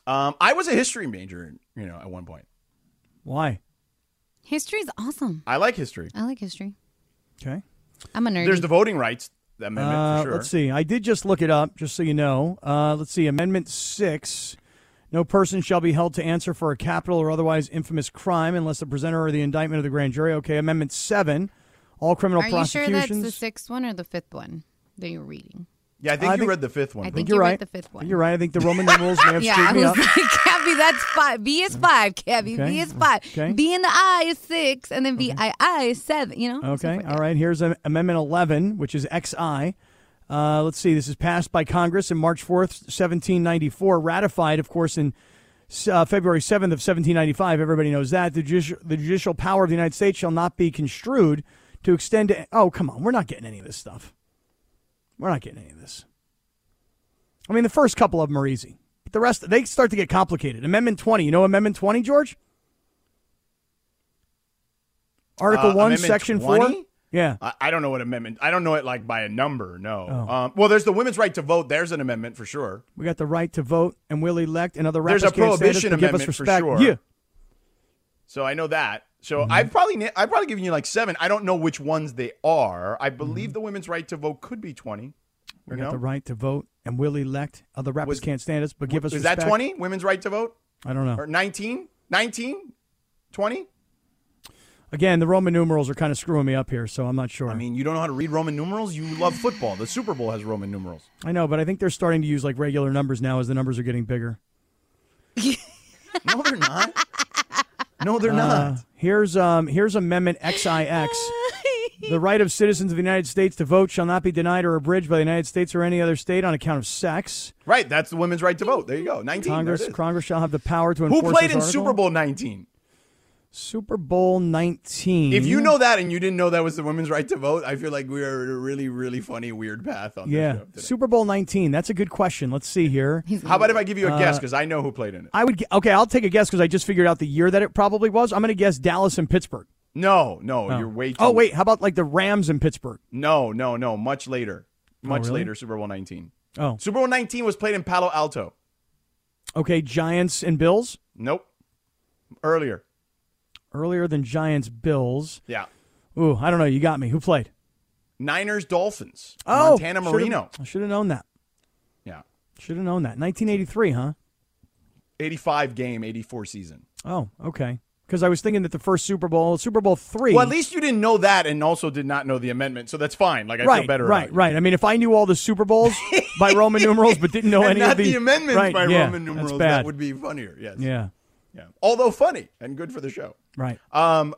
[SPEAKER 2] Um, I was a history major, you know, at one point.
[SPEAKER 5] Why?
[SPEAKER 7] History is awesome.
[SPEAKER 2] I like history.
[SPEAKER 7] I like history.
[SPEAKER 5] Okay.
[SPEAKER 7] I'm a nerd.
[SPEAKER 2] There's the voting rights amendment
[SPEAKER 5] Uh,
[SPEAKER 2] for sure.
[SPEAKER 5] Let's see. I did just look it up, just so you know. Uh, let's see. Amendment 6 No person shall be held to answer for a capital or otherwise infamous crime unless the presenter or the indictment of the grand jury. Okay. Amendment 7 All criminal
[SPEAKER 7] Are you sure
[SPEAKER 5] prosecutions.
[SPEAKER 7] that's the sixth one or the fifth one that you're reading?
[SPEAKER 2] Yeah, I think
[SPEAKER 5] I
[SPEAKER 2] you
[SPEAKER 5] think-
[SPEAKER 2] read the fifth one.
[SPEAKER 7] I
[SPEAKER 2] but-
[SPEAKER 7] think
[SPEAKER 5] You're
[SPEAKER 7] you read
[SPEAKER 5] right.
[SPEAKER 7] the fifth one.
[SPEAKER 5] You're right. I think the Roman numerals
[SPEAKER 7] *laughs*
[SPEAKER 5] may have
[SPEAKER 7] Yeah, I
[SPEAKER 5] screwed me
[SPEAKER 7] was
[SPEAKER 5] up.
[SPEAKER 7] like, Cappy, that's five. B is five, Cappy.
[SPEAKER 5] Okay,
[SPEAKER 7] B is five.
[SPEAKER 5] okay.
[SPEAKER 7] B in the I is six, and then VII is seven, you know?
[SPEAKER 5] *laughs*
[SPEAKER 7] stuff
[SPEAKER 5] Okay.
[SPEAKER 7] like
[SPEAKER 5] All
[SPEAKER 7] that.
[SPEAKER 5] right. Here's am- Amendment 11, which is XI. Uh, let's see. This is passed by Congress in March 4th, 1794. Ratified, of course, in uh, February 7th of 1795. Everybody knows that. The, judici- the judicial power of the United States shall not be construed to extend to. Oh, come on. We're not getting any of this stuff. We're not getting any of this. I mean, the first couple of them are easy. But the rest, they start to get complicated. Amendment 20. You know Amendment 20, George? Article
[SPEAKER 2] Uh,
[SPEAKER 5] 1,
[SPEAKER 2] Amendment
[SPEAKER 5] Section 4?
[SPEAKER 2] 20?
[SPEAKER 5] Yeah.
[SPEAKER 2] I, I don't know what amendment. I don't know it like by a number. No.
[SPEAKER 5] Oh.
[SPEAKER 2] Um, well, there's the women's right to vote. There's an amendment for sure.
[SPEAKER 5] We got the right to vote and will elect and other rappers
[SPEAKER 2] There's a
[SPEAKER 5] can't stand us,
[SPEAKER 2] prohibition
[SPEAKER 5] but give us
[SPEAKER 2] amendment for
[SPEAKER 5] respect.
[SPEAKER 2] sure.
[SPEAKER 5] Yeah.
[SPEAKER 2] So I know that. So
[SPEAKER 5] Mm-hmm.
[SPEAKER 2] I've probably na- I've probably given you like seven. I don't know which ones they are.
[SPEAKER 5] Mm-hmm.
[SPEAKER 2] I believe the women's right to vote could be twenty.
[SPEAKER 5] We
[SPEAKER 2] Or
[SPEAKER 5] got
[SPEAKER 2] no?
[SPEAKER 5] the right to vote and will elect other rappers
[SPEAKER 2] Was-
[SPEAKER 5] can't stand us but give us
[SPEAKER 2] Is
[SPEAKER 5] respect.
[SPEAKER 2] that twenty? Women's right to vote
[SPEAKER 5] I don't know.
[SPEAKER 2] or 19? 19? 20?
[SPEAKER 5] Again, the Roman numerals are kind of screwing me up here, so I'm not sure.
[SPEAKER 2] I mean, you don't know how to read Roman numerals. You love football. The Super Bowl has Roman numerals.
[SPEAKER 5] I know, but I think they're starting to use like regular numbers now as the numbers are getting bigger.
[SPEAKER 2] No, they're
[SPEAKER 5] *laughs*
[SPEAKER 2] not. No, they're
[SPEAKER 5] Uh,
[SPEAKER 2] not.
[SPEAKER 5] here's um
[SPEAKER 2] *laughs*
[SPEAKER 5] here's Amendment XIX. the right of citizens of the United States to vote shall not be denied or abridged by the United States or any other state on account of sex.
[SPEAKER 2] Right. That's the women's right to vote. There you go. Nineteen. there
[SPEAKER 5] Congress
[SPEAKER 2] it is.
[SPEAKER 5] Congress shall have the power to
[SPEAKER 2] Who
[SPEAKER 5] enforce
[SPEAKER 2] played
[SPEAKER 5] this
[SPEAKER 2] in
[SPEAKER 5] article.
[SPEAKER 2] Super Bowl 19?
[SPEAKER 5] Super Bowl 19.
[SPEAKER 2] If you know that and you didn't know that was the women's right to vote, I feel like we are in a really, really funny, weird path on
[SPEAKER 5] Yeah.
[SPEAKER 2] this show today.
[SPEAKER 5] Super Bowl 19. That's a good question. Let's see here.
[SPEAKER 2] How about if I give
[SPEAKER 5] Uh,
[SPEAKER 2] you a guess because I know who played in it?
[SPEAKER 5] I would gu- Okay, I'll take a guess cuz I just figured out the year that it probably was. I'm going to guess Dallas and Pittsburgh.
[SPEAKER 2] No, no, you're way too.
[SPEAKER 5] Oh, wait, how about like the Rams and Pittsburgh?
[SPEAKER 2] No, no, no. Much later. Much
[SPEAKER 5] Oh, really?
[SPEAKER 2] later, Super Bowl 19.
[SPEAKER 5] Oh.
[SPEAKER 2] Super Bowl 19 was played in Palo Alto.
[SPEAKER 5] Okay, Giants and Bills?
[SPEAKER 2] Nope. Earlier.
[SPEAKER 5] Earlier than Giants Bills.
[SPEAKER 2] Yeah.
[SPEAKER 5] Ooh, I don't know, you got me. Who played?
[SPEAKER 2] Niners, Dolphins.
[SPEAKER 5] Oh,
[SPEAKER 2] Montana
[SPEAKER 5] should've-
[SPEAKER 2] Marino.
[SPEAKER 5] I should have known that.
[SPEAKER 2] Yeah.
[SPEAKER 5] Should have known that. 1983, huh?
[SPEAKER 2] 85 game, 84 season.
[SPEAKER 5] Oh, okay. Cuz I was thinking that the first Super Bowl, Super Bowl 3.
[SPEAKER 2] Well, at least you didn't know that and also did not know the amendment, so that's fine. Like, I
[SPEAKER 5] right,
[SPEAKER 2] feel better
[SPEAKER 5] right,
[SPEAKER 2] about it.
[SPEAKER 5] right. I mean, if I knew all the
[SPEAKER 2] *laughs*
[SPEAKER 5] Super Bowls by Roman numerals, but didn't know
[SPEAKER 2] and
[SPEAKER 5] Oh, any
[SPEAKER 2] not
[SPEAKER 5] of the,
[SPEAKER 2] amendments
[SPEAKER 5] right,
[SPEAKER 2] by
[SPEAKER 5] yeah,
[SPEAKER 2] Roman numerals.
[SPEAKER 5] That's bad.
[SPEAKER 2] That would be funnier. Yes.
[SPEAKER 5] yeah,
[SPEAKER 2] Yeah. Although funny and good for the show.
[SPEAKER 5] right.
[SPEAKER 2] Um,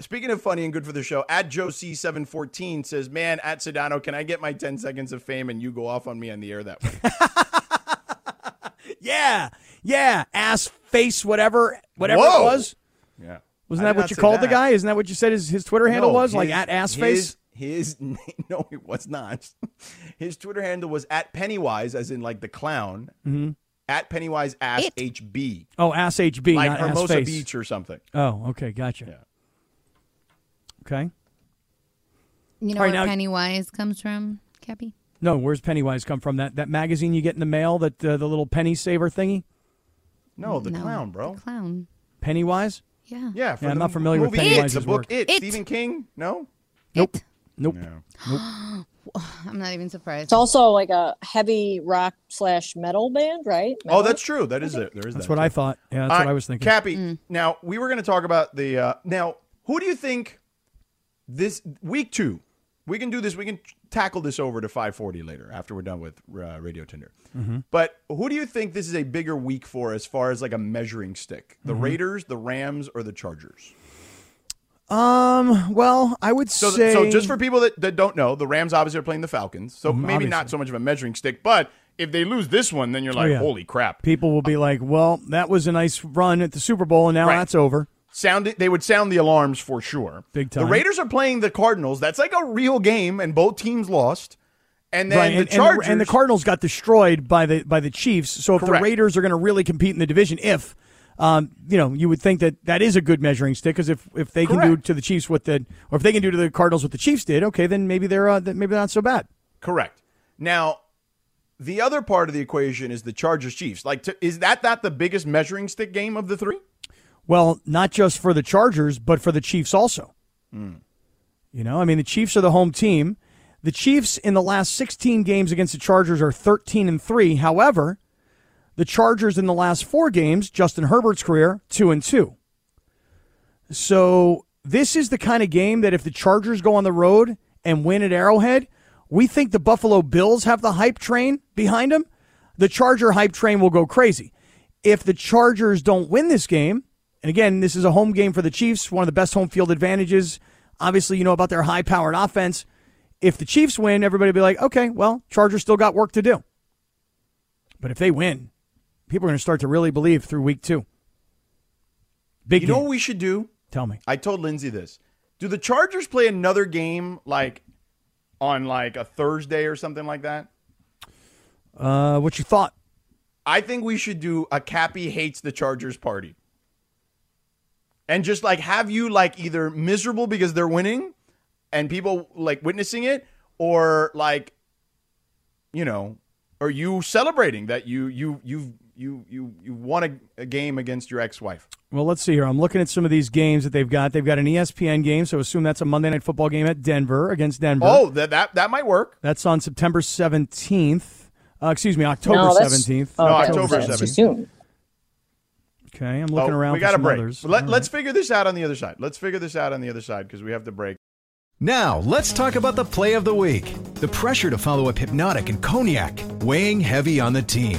[SPEAKER 2] speaking of funny and good for the show, at Joe C seven fourteen says, "Man, at Sedano, can I get my ten seconds of fame and you
[SPEAKER 5] *laughs*
[SPEAKER 2] go off on me on the air that way?"
[SPEAKER 5] yeah, yeah. Ass face whatever whatever it
[SPEAKER 2] Whoa.
[SPEAKER 5] was.
[SPEAKER 2] Yeah.
[SPEAKER 5] Wasn't
[SPEAKER 2] I did
[SPEAKER 5] that what
[SPEAKER 2] not
[SPEAKER 5] you
[SPEAKER 2] say
[SPEAKER 5] called the
[SPEAKER 2] that.
[SPEAKER 5] guy? Isn't that what you said his, his Twitter handle
[SPEAKER 2] No,
[SPEAKER 5] was? like
[SPEAKER 2] his-
[SPEAKER 5] at assface?
[SPEAKER 2] His, his *laughs* name- no, it was not. His Twitter handle was at Pennywise, as in like the clown.
[SPEAKER 5] Mm-hmm.
[SPEAKER 2] At Pennywise ass
[SPEAKER 7] It.
[SPEAKER 2] HB,
[SPEAKER 5] oh, ass HB,
[SPEAKER 2] like
[SPEAKER 5] not
[SPEAKER 2] Hermosa
[SPEAKER 5] assface.
[SPEAKER 2] Beach or something.
[SPEAKER 5] Oh, okay, gotcha.
[SPEAKER 2] Yeah.
[SPEAKER 5] Okay.
[SPEAKER 7] You know
[SPEAKER 5] All right,
[SPEAKER 7] where
[SPEAKER 5] now-
[SPEAKER 7] Pennywise comes from, Cappy?
[SPEAKER 5] No, where's Pennywise come from? That that magazine you get in the mail, that uh, the little penny saver thingy,
[SPEAKER 2] No, the
[SPEAKER 7] No,
[SPEAKER 2] clown, bro.
[SPEAKER 7] The clown.
[SPEAKER 5] Pennywise.
[SPEAKER 7] Yeah.
[SPEAKER 2] Yeah, from
[SPEAKER 5] Oh. Yeah, I'm
[SPEAKER 2] the
[SPEAKER 5] not familiar with
[SPEAKER 2] movie
[SPEAKER 5] Pennywise's
[SPEAKER 2] It, the book
[SPEAKER 5] work.
[SPEAKER 2] It,
[SPEAKER 7] It.
[SPEAKER 2] Stephen King. No,
[SPEAKER 5] Nope.
[SPEAKER 7] It.
[SPEAKER 5] Nope.
[SPEAKER 7] I'm not even surprised.
[SPEAKER 3] It's also like a heavy rock slash metal band, right?
[SPEAKER 2] Oh,
[SPEAKER 3] Metal?
[SPEAKER 2] that's true. That is it. There is
[SPEAKER 5] That's
[SPEAKER 2] that.
[SPEAKER 5] what I thought. Yeah, that's
[SPEAKER 2] All
[SPEAKER 5] what
[SPEAKER 2] right,
[SPEAKER 5] I was thinking.
[SPEAKER 2] Cappy, now we were going to talk about the uh, now. Who do you think this week two? We can do this. We can tackle this over to 540 later after we're done with uh, Radio Tinder.
[SPEAKER 5] Mm-hmm.
[SPEAKER 2] But who do you think this is a bigger week for as far as like a measuring stick?
[SPEAKER 5] Mm-hmm.
[SPEAKER 2] The Raiders, the Rams, or the Chargers?
[SPEAKER 5] Um. Well, I would
[SPEAKER 2] So,
[SPEAKER 5] say.
[SPEAKER 2] so just for people that, that don't know, the Rams obviously are playing the Falcons. So
[SPEAKER 5] Mm-hmm,
[SPEAKER 2] maybe not so much of a measuring stick, but if they lose this one, then you're like,
[SPEAKER 5] Oh, yeah.
[SPEAKER 2] holy crap.
[SPEAKER 5] people will be like, "Well, that was a nice run at the Super Bowl, and now
[SPEAKER 2] Right.
[SPEAKER 5] that's over."
[SPEAKER 2] sound they would sound the alarms for sure.
[SPEAKER 5] Big time.
[SPEAKER 2] The Raiders are playing the Cardinals. That's like a real game, and both teams lost. And then
[SPEAKER 5] right.
[SPEAKER 2] the
[SPEAKER 5] and, and
[SPEAKER 2] Chargers
[SPEAKER 5] and the Cardinals got destroyed by the by the Chiefs. So if
[SPEAKER 2] Correct.
[SPEAKER 5] the Raiders are going to really compete in the division, if um, you know, you would think that that is a good measuring stick because if if they can do
[SPEAKER 2] Correct.
[SPEAKER 5] to the Chiefs what the or if they can do to the Cardinals what the Chiefs did, okay, then maybe they're uh, th- maybe they're not so bad.
[SPEAKER 2] Correct. Now, the other part of the equation is the Chargers Chiefs. Like, to, is that not the biggest measuring stick game of the three?
[SPEAKER 5] Well, not just for the Chargers, but for the Chiefs also. You know, I mean, the Chiefs are the home team. The Chiefs in the last 16 games against the Chargers are 13 and 3. However, the Chargers in the last 4 games, Justin Herbert's career, 2 and 2. So, this is the kind of game that if the Chargers go on the road and win at Arrowhead, we think the Buffalo Bills have the hype train behind them. The Charger hype train will go crazy. If the Chargers don't win this game, and again, this is a home game for the Chiefs, one of the best home field advantages. Obviously, you know about their high powered offense. If the Chiefs win, everybody will be like, okay, well, Chargers still got work to do. But if they win, people are going to start to really believe through week two. Big
[SPEAKER 2] You
[SPEAKER 5] game.
[SPEAKER 2] know what we should do?
[SPEAKER 5] Tell me.
[SPEAKER 2] I told Lindsay this. Do the Chargers play another game like on like a Thursday or something like that?
[SPEAKER 5] Uh, what you thought?
[SPEAKER 2] I think we should do a Cappy hates the Chargers party. And just like have you like either miserable because they're winning and people like witnessing it or like you know or you celebrating that you you you've you you you won a, a game against your ex-wife.
[SPEAKER 5] Well, let's see here. I'm looking at some of these games that they've got. They've got an E ESPN game, so assume that's a Monday night football game at Denver against Denver.
[SPEAKER 2] Oh, that that that might work.
[SPEAKER 5] That's on September 17th. Uh, excuse me, October
[SPEAKER 3] No, that's- Oh,
[SPEAKER 5] 17th.
[SPEAKER 6] Oh,
[SPEAKER 2] No,
[SPEAKER 3] okay,
[SPEAKER 2] October
[SPEAKER 3] that's Too
[SPEAKER 2] 17th.
[SPEAKER 3] soon.
[SPEAKER 5] Okay, I'm looking
[SPEAKER 2] Oh,
[SPEAKER 5] around
[SPEAKER 2] we
[SPEAKER 5] for
[SPEAKER 2] got a
[SPEAKER 5] some
[SPEAKER 2] break.
[SPEAKER 5] others.
[SPEAKER 2] Let,
[SPEAKER 5] All
[SPEAKER 2] Let's figure this out on the other side. Let's figure this out on the other side because we have the break.
[SPEAKER 8] Now, let's talk about the play of the week. The pressure to follow up Hypnotic and Cognac, weighing heavy on the team.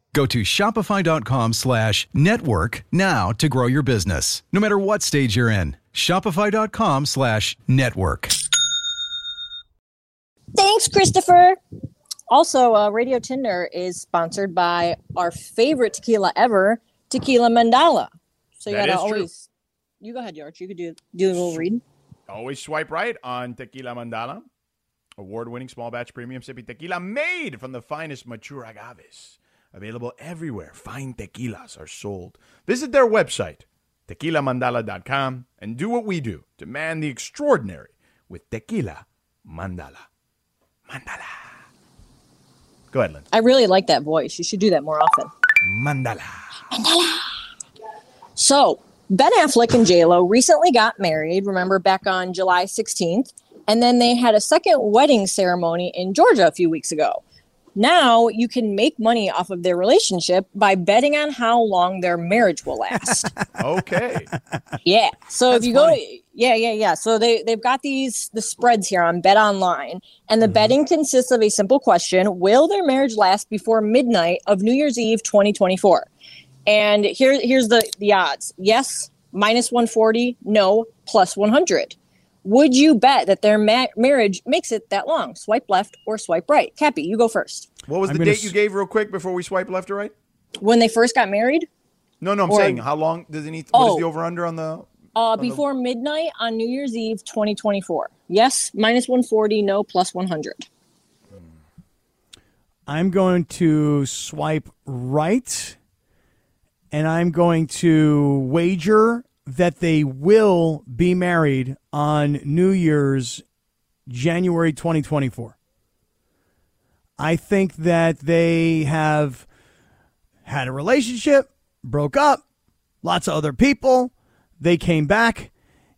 [SPEAKER 8] Go to shopify.com slash network now to grow your business, no matter what stage you're in. Shopify.com slash network.
[SPEAKER 3] Thanks, Christopher. Also, uh, Radio Tinder is sponsored by our favorite tequila ever, Tequila Mandala. So you
[SPEAKER 2] That
[SPEAKER 3] gotta
[SPEAKER 2] is true.
[SPEAKER 3] always. You go ahead, George. You could do do a little read.
[SPEAKER 2] Always swipe right on Tequila Mandala, award winning small batch premium sippy tequila made from the finest mature agaves. Available everywhere. Fine tequilas are sold. Visit their website, tequilamandala.com, and do what we do demand the extraordinary with Tequila Mandala. Mandala. Go ahead,
[SPEAKER 3] *laughs*
[SPEAKER 2] Lynn.
[SPEAKER 3] I really like that voice. You should do that more often.
[SPEAKER 2] Mandala.
[SPEAKER 3] So, Ben Affleck and Lo recently got married, remember, back on July 16th. And then they had a second wedding ceremony in Georgia a few weeks ago. Now you can make money off of their relationship by betting on how long their marriage will last.
[SPEAKER 2] Okay.
[SPEAKER 3] Yeah. So if you go to yeah, yeah, yeah. So they they've got these the spreads here on Bet Online, and the betting consists of a simple question: Will their marriage last before midnight of New Year's Eve, 2024? And here here's the the odds: Yes, minus 140. No, plus 100. Would you bet that their ma- marriage makes it that long? Swipe left or swipe right. Cappy, you go first.
[SPEAKER 2] What was
[SPEAKER 5] I'm
[SPEAKER 2] the
[SPEAKER 5] gonna
[SPEAKER 2] date
[SPEAKER 5] s-
[SPEAKER 2] you gave real quick before we swipe left or right?
[SPEAKER 3] When they first got married,
[SPEAKER 2] No, no, I'm
[SPEAKER 3] Or-
[SPEAKER 2] saying how long does it need? What is
[SPEAKER 3] Oh.
[SPEAKER 2] the over under on the?
[SPEAKER 3] uh, before midnight on New Year's Eve, 2024. Yes, minus 140. No, plus 100.
[SPEAKER 5] I'm going to swipe right and I'm going to wager that they will be married on New Year's January 2024. I think that they have had a relationship, broke up, lots of other people, they came back.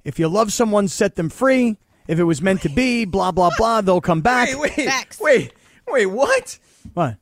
[SPEAKER 5] If you love someone, set them free. If it was meant to be, blah blah blah, they'll come back.
[SPEAKER 2] Wait,
[SPEAKER 7] Facts.
[SPEAKER 2] wait, wait. What?
[SPEAKER 5] What?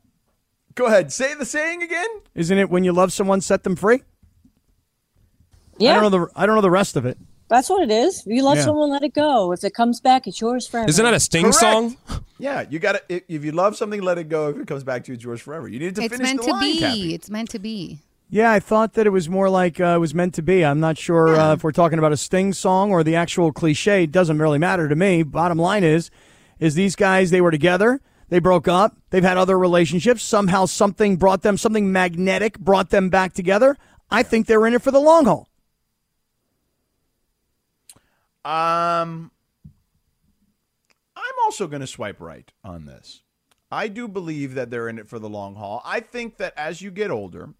[SPEAKER 2] Go ahead. Say the saying again.
[SPEAKER 5] Isn't it when you love someone, set them free? I
[SPEAKER 3] Yeah.
[SPEAKER 5] don't know the I don't know the rest of it.
[SPEAKER 3] That's what it is. If you let
[SPEAKER 5] Yeah.
[SPEAKER 3] someone let it go. If it comes back, it's yours forever.
[SPEAKER 9] Isn't that a Sting
[SPEAKER 2] Correct.
[SPEAKER 9] song?
[SPEAKER 2] Yeah, you got to If you love something, let it go. If it comes back to you, it's yours forever. You need to
[SPEAKER 7] It's
[SPEAKER 2] finish
[SPEAKER 7] meant
[SPEAKER 2] the
[SPEAKER 7] to
[SPEAKER 2] line,
[SPEAKER 7] be.
[SPEAKER 2] Cappy.
[SPEAKER 7] It's meant to be. *laughs*
[SPEAKER 5] Yeah, I thought that it was more like uh, it was meant to be. I'm not sure uh, if we're talking about a Sting song or the actual cliche. It doesn't really matter to me. Bottom line is, is these guys they were together, they broke up, they've had other relationships. Somehow something brought them, something magnetic brought them back together. I think they're in it for the long haul.
[SPEAKER 2] Um, I'm also going to swipe right on this. I do believe that they're in it for the long haul. I think that as you get older,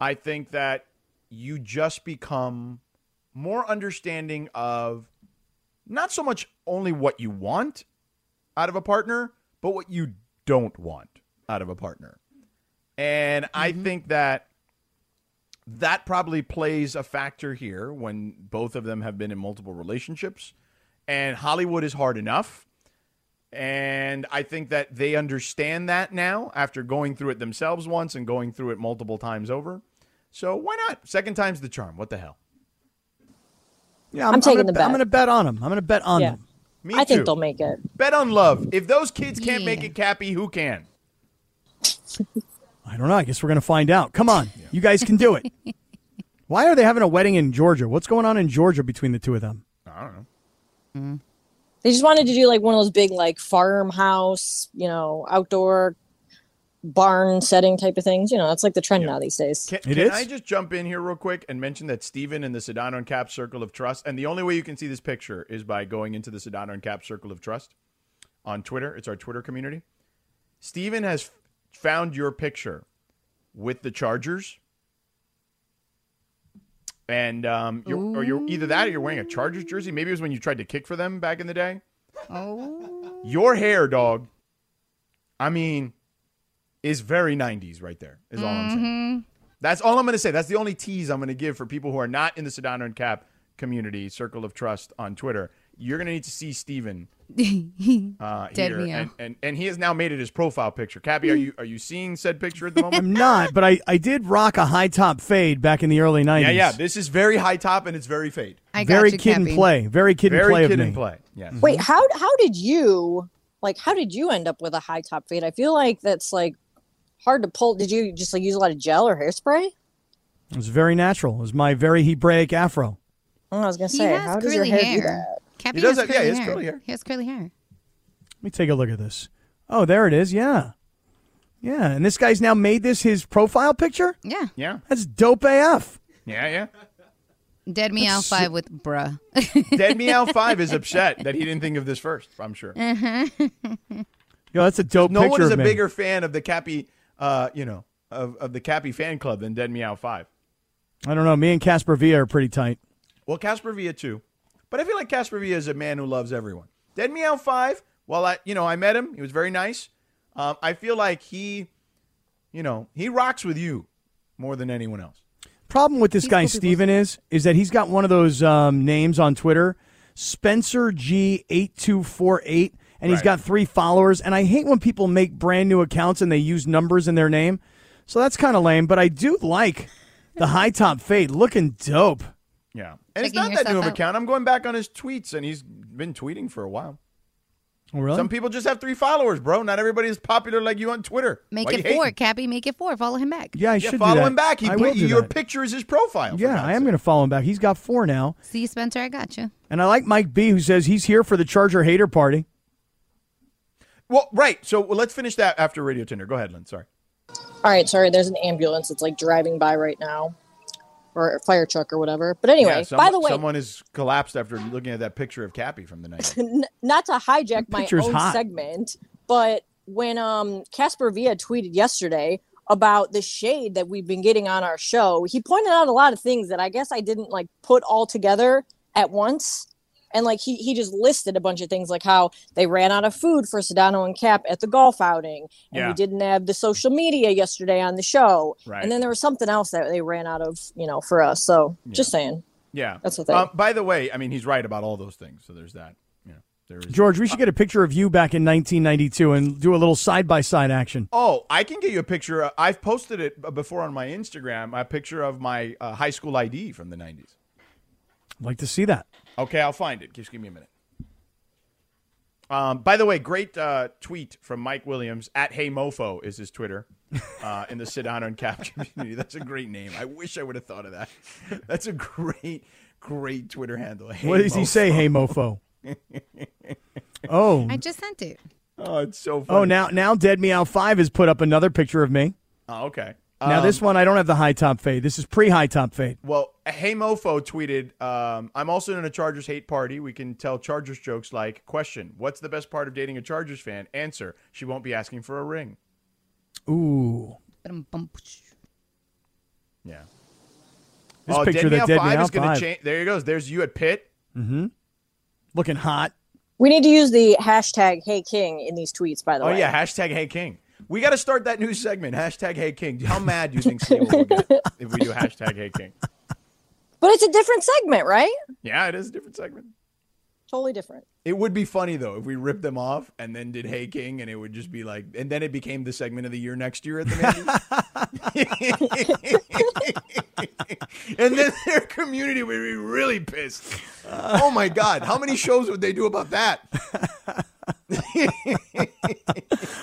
[SPEAKER 2] I think that you just become more understanding of not so much only what you want out of a partner, but what you don't want out of a partner. And I think that that probably plays a factor here when both of them have been in multiple relationships and Hollywood is hard enough and I think that they understand that now after going through it themselves once and going through it multiple times over. So why not? Second time's the charm. What the hell?
[SPEAKER 5] Yeah,
[SPEAKER 3] I'm taking
[SPEAKER 5] gonna,
[SPEAKER 3] the bet.
[SPEAKER 5] I'm going to bet on them. I'm going to bet on
[SPEAKER 3] Yeah.
[SPEAKER 5] them.
[SPEAKER 2] Me
[SPEAKER 3] I
[SPEAKER 2] too.
[SPEAKER 3] think they'll make it.
[SPEAKER 2] Bet on love. If those kids can't
[SPEAKER 7] Yeah.
[SPEAKER 2] make it, Cappy, who can?
[SPEAKER 5] I don't know. I guess we're going to find out. Come on, you guys can do it. *laughs* Why are they having a wedding in Georgia? What's going on in Georgia between the two of them?
[SPEAKER 2] I don't know.
[SPEAKER 3] They just wanted to do like one of those big like farmhouse, you know, outdoor barn setting type of things. You know, that's like the trend now these days.
[SPEAKER 2] Can,
[SPEAKER 5] It
[SPEAKER 2] can
[SPEAKER 5] is?
[SPEAKER 2] I just jump in here real quick and mention that Steven in the Sedano and Cap Circle of Trust, and the only way you can see this picture is by going into the Sedano and Cap Circle of Trust on Twitter. It's our Twitter community. Steven has f- found your picture with the Chargers. And um, you're, or you're either that or you're wearing a Chargers jersey. Maybe it was when you tried to kick for them back in the day.
[SPEAKER 7] Oh,
[SPEAKER 2] Your hair, dog. I mean, is very 90s right there. Is all I'm
[SPEAKER 5] Mm-hmm.
[SPEAKER 2] saying. That's all I'm going to say. That's the only tease I'm going to give for people who are not in the Sedano and Cap community, Circle of Trust on Twitter. You're going to need to see Steven uh,
[SPEAKER 7] Dead
[SPEAKER 2] here,
[SPEAKER 7] meow.
[SPEAKER 2] and, and and he has now made it his profile picture. Cappy, are you are you seeing said picture at the moment?
[SPEAKER 5] *laughs* I'm not, but I, I did rock a high top fade back in the early 90s.
[SPEAKER 2] yeah, yeah. This is very high top and it's very fade,
[SPEAKER 7] I got
[SPEAKER 5] Very
[SPEAKER 7] you,
[SPEAKER 5] kid
[SPEAKER 7] Cappy.
[SPEAKER 5] and play. Very kid and
[SPEAKER 2] very
[SPEAKER 5] play
[SPEAKER 2] kid
[SPEAKER 5] of me.
[SPEAKER 2] and play. Yes.
[SPEAKER 3] Wait,
[SPEAKER 7] Mm-hmm.
[SPEAKER 3] how how did you like how did you end up with a high top fade? I feel like that's like hard to pull. Did you just like use a lot of gel or hairspray?
[SPEAKER 5] It was very natural. It was my very Hebraic afro.
[SPEAKER 3] Oh, I was gonna
[SPEAKER 7] He
[SPEAKER 3] say,
[SPEAKER 7] has
[SPEAKER 3] how does your
[SPEAKER 7] curly
[SPEAKER 3] hair, do
[SPEAKER 7] hair.
[SPEAKER 3] that?
[SPEAKER 7] Cappy
[SPEAKER 2] He does
[SPEAKER 7] has
[SPEAKER 2] have- yeah, he
[SPEAKER 7] curly
[SPEAKER 2] has
[SPEAKER 7] hair.
[SPEAKER 2] curly hair.
[SPEAKER 7] He has curly hair.
[SPEAKER 5] Let me take a look at this. Oh, there it is. Yeah. Yeah. And this guy's now made this his profile picture?
[SPEAKER 7] Yeah.
[SPEAKER 2] Yeah,
[SPEAKER 5] That's dope AF.
[SPEAKER 2] yeah,
[SPEAKER 7] Dead Meow 5 with bruh.
[SPEAKER 2] yeah. Dead Meow Five is upset that he didn't think of this first. I'm sure.
[SPEAKER 7] Eh.
[SPEAKER 5] Yo, that's a dope
[SPEAKER 2] no
[SPEAKER 5] picture
[SPEAKER 2] one is
[SPEAKER 5] of
[SPEAKER 2] a
[SPEAKER 5] me.
[SPEAKER 2] bigger fan of the Cappy, uh, you know, of, of the Cappy fan club than Dead Meow Five.
[SPEAKER 5] I don't know. Me and Casper Villa are pretty tight.
[SPEAKER 2] Well, Casper Villa too, but I feel like Casper Villa is a man who loves everyone. Dead Meow Five. Well, I you know I met him. He was very nice. Um, I feel like he, you know, he rocks with you more than anyone else.
[SPEAKER 5] Problem with this guy Steven is is that he's got one of those um, names on Twitter, Spencer G eight two four eight, and he's
[SPEAKER 2] Right.
[SPEAKER 5] got three followers. And I hate when people make brand new accounts and they use numbers in their name. So that's kind of lame. But I do like the high top fade, looking dope.
[SPEAKER 2] Yeah, and it's
[SPEAKER 7] Checking
[SPEAKER 2] not that new
[SPEAKER 7] yourself
[SPEAKER 2] of
[SPEAKER 7] out.
[SPEAKER 2] account. I'm going back on his tweets, and he's been tweeting for a while.
[SPEAKER 5] Oh, really?
[SPEAKER 2] Some people just have three followers, bro. Not everybody is popular like you on Twitter.
[SPEAKER 7] Make
[SPEAKER 2] Why you
[SPEAKER 7] it
[SPEAKER 2] hating?
[SPEAKER 7] four, Cappy. Make it four. Follow him back.
[SPEAKER 5] yeah, I
[SPEAKER 2] Yeah,
[SPEAKER 5] should do
[SPEAKER 2] follow
[SPEAKER 5] that.
[SPEAKER 2] him back. He
[SPEAKER 5] I
[SPEAKER 2] put,
[SPEAKER 5] will do
[SPEAKER 2] your
[SPEAKER 5] that.
[SPEAKER 2] picture is his profile. for
[SPEAKER 5] Yeah,
[SPEAKER 2] God's
[SPEAKER 5] I am
[SPEAKER 2] sake.
[SPEAKER 5] going to follow him back. He's got four now,
[SPEAKER 7] See, Spencer, I got you.
[SPEAKER 5] and I like Mike B, who says he's here for the Charger hater party.
[SPEAKER 2] Well, right. So well, let's finish that after Radio Tinder. Go ahead, Lynn. Sorry.
[SPEAKER 6] All right, sorry. There's an ambulance that's like driving by right now, or a fire truck or whatever. But anyway,
[SPEAKER 2] Yeah, some-
[SPEAKER 6] by the way,
[SPEAKER 2] someone is collapsed after looking at that picture of Cappy from
[SPEAKER 6] *laughs*
[SPEAKER 2] the night.
[SPEAKER 6] n- not to hijack my
[SPEAKER 5] picture's
[SPEAKER 6] own
[SPEAKER 5] hot.
[SPEAKER 6] segment, but when um Casper Villa tweeted yesterday about the shade that we've been getting on our show, he pointed out a lot of things that I guess I didn't like put all together at once. And like he he just listed a bunch of things like how they ran out of food for Sedano and Cap at the golf outing, and
[SPEAKER 2] Yeah.
[SPEAKER 6] we didn't have the social media yesterday on the show.
[SPEAKER 2] Right.
[SPEAKER 6] And then there was something else that they ran out of, you know, for us. So just saying.
[SPEAKER 2] Yeah.
[SPEAKER 6] That's the thing.
[SPEAKER 2] um, By the way, I mean he's right about all those things. So there's that. Yeah. There is.
[SPEAKER 5] George, we should get a picture of you back in 1992 and do a little side by side action.
[SPEAKER 2] Oh, I can get you a picture. uh, I've posted it b- before on my Instagram. A picture of my uh, high school ID from the '90s.
[SPEAKER 5] I'd like to see that.
[SPEAKER 2] Okay, I'll find it. Just give me a minute. Um, by the way, great uh, tweet from Mike Williams at Hey Mofo is his Twitter uh, in the Sedano and Cap *laughs* community. That's a great name. I wish I would have thought of that. *laughs* That's a great, great Twitter handle. Hey
[SPEAKER 5] what does he
[SPEAKER 2] Mofo.
[SPEAKER 5] say, hey mofo?
[SPEAKER 2] *laughs*
[SPEAKER 5] oh,
[SPEAKER 7] I just sent it.
[SPEAKER 2] Oh, it's so funny.
[SPEAKER 5] oh! Now, now, Dead Meow Five has put up another picture of me.
[SPEAKER 2] Oh, okay.
[SPEAKER 5] Now, this one I don't have the high top fade. This is pre high top fade.
[SPEAKER 2] Well, Hey Mofo tweeted, um, I'm also in a Chargers hate party. We can tell Chargers jokes like, question, what's the best part of dating a Chargers fan? Answer, she won't be asking for a ring.
[SPEAKER 5] Ooh,
[SPEAKER 7] Ba-dum-bum-psh.
[SPEAKER 2] Yeah.
[SPEAKER 5] This
[SPEAKER 2] oh,
[SPEAKER 5] picture
[SPEAKER 2] Dead Meow
[SPEAKER 5] that Dead
[SPEAKER 2] 5
[SPEAKER 5] Meow
[SPEAKER 2] is going
[SPEAKER 5] 5.
[SPEAKER 2] to change. There you goes. There's you at Pitt.
[SPEAKER 5] looking hot.
[SPEAKER 6] We need to use the hashtag Hey King in these tweets, by the
[SPEAKER 2] Oh,
[SPEAKER 6] way.
[SPEAKER 2] yeah. Hashtag Hey King. We got to start that new segment. Hashtag Hey King. How mad do you think Sable will *laughs* get if we do hashtag Hey King?
[SPEAKER 6] But it's a different segment, right?
[SPEAKER 2] Yeah, it is a different segment.
[SPEAKER 6] Totally different.
[SPEAKER 2] It would be funny though if we ripped them off and then did Hey King, and it would just be like, and then it became the segment of the year next year at the Mandy. *laughs* and then their community would be really pissed. oh my god, how many shows would they do about that?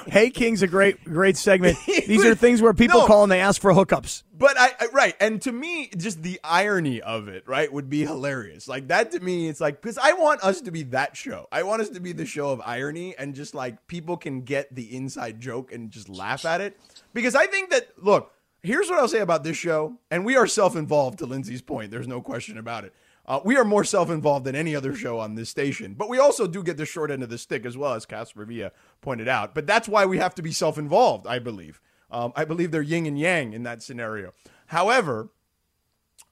[SPEAKER 5] Hey King's a great,
[SPEAKER 2] *laughs*
[SPEAKER 5] great segment. These are things where people
[SPEAKER 2] No.
[SPEAKER 5] call and they ask for hookups.
[SPEAKER 2] But I, I right, and to me, just the irony of it, right, would be hilarious. Like that to me, it's like because I want us to be that show. I want us to be the show of irony, and just like people can get the inside joke and just laugh at it. Because I think that look, here's what I'll say about this show, and we are self-involved to Lindsay's point. There's no question about it. Uh, we are more self-involved than any other show on this station, but we also do get the short end of the stick as well, as Casper Villa pointed out. But that's why we have to be self-involved, I believe. Um, I believe they're yin and yang in that scenario. However,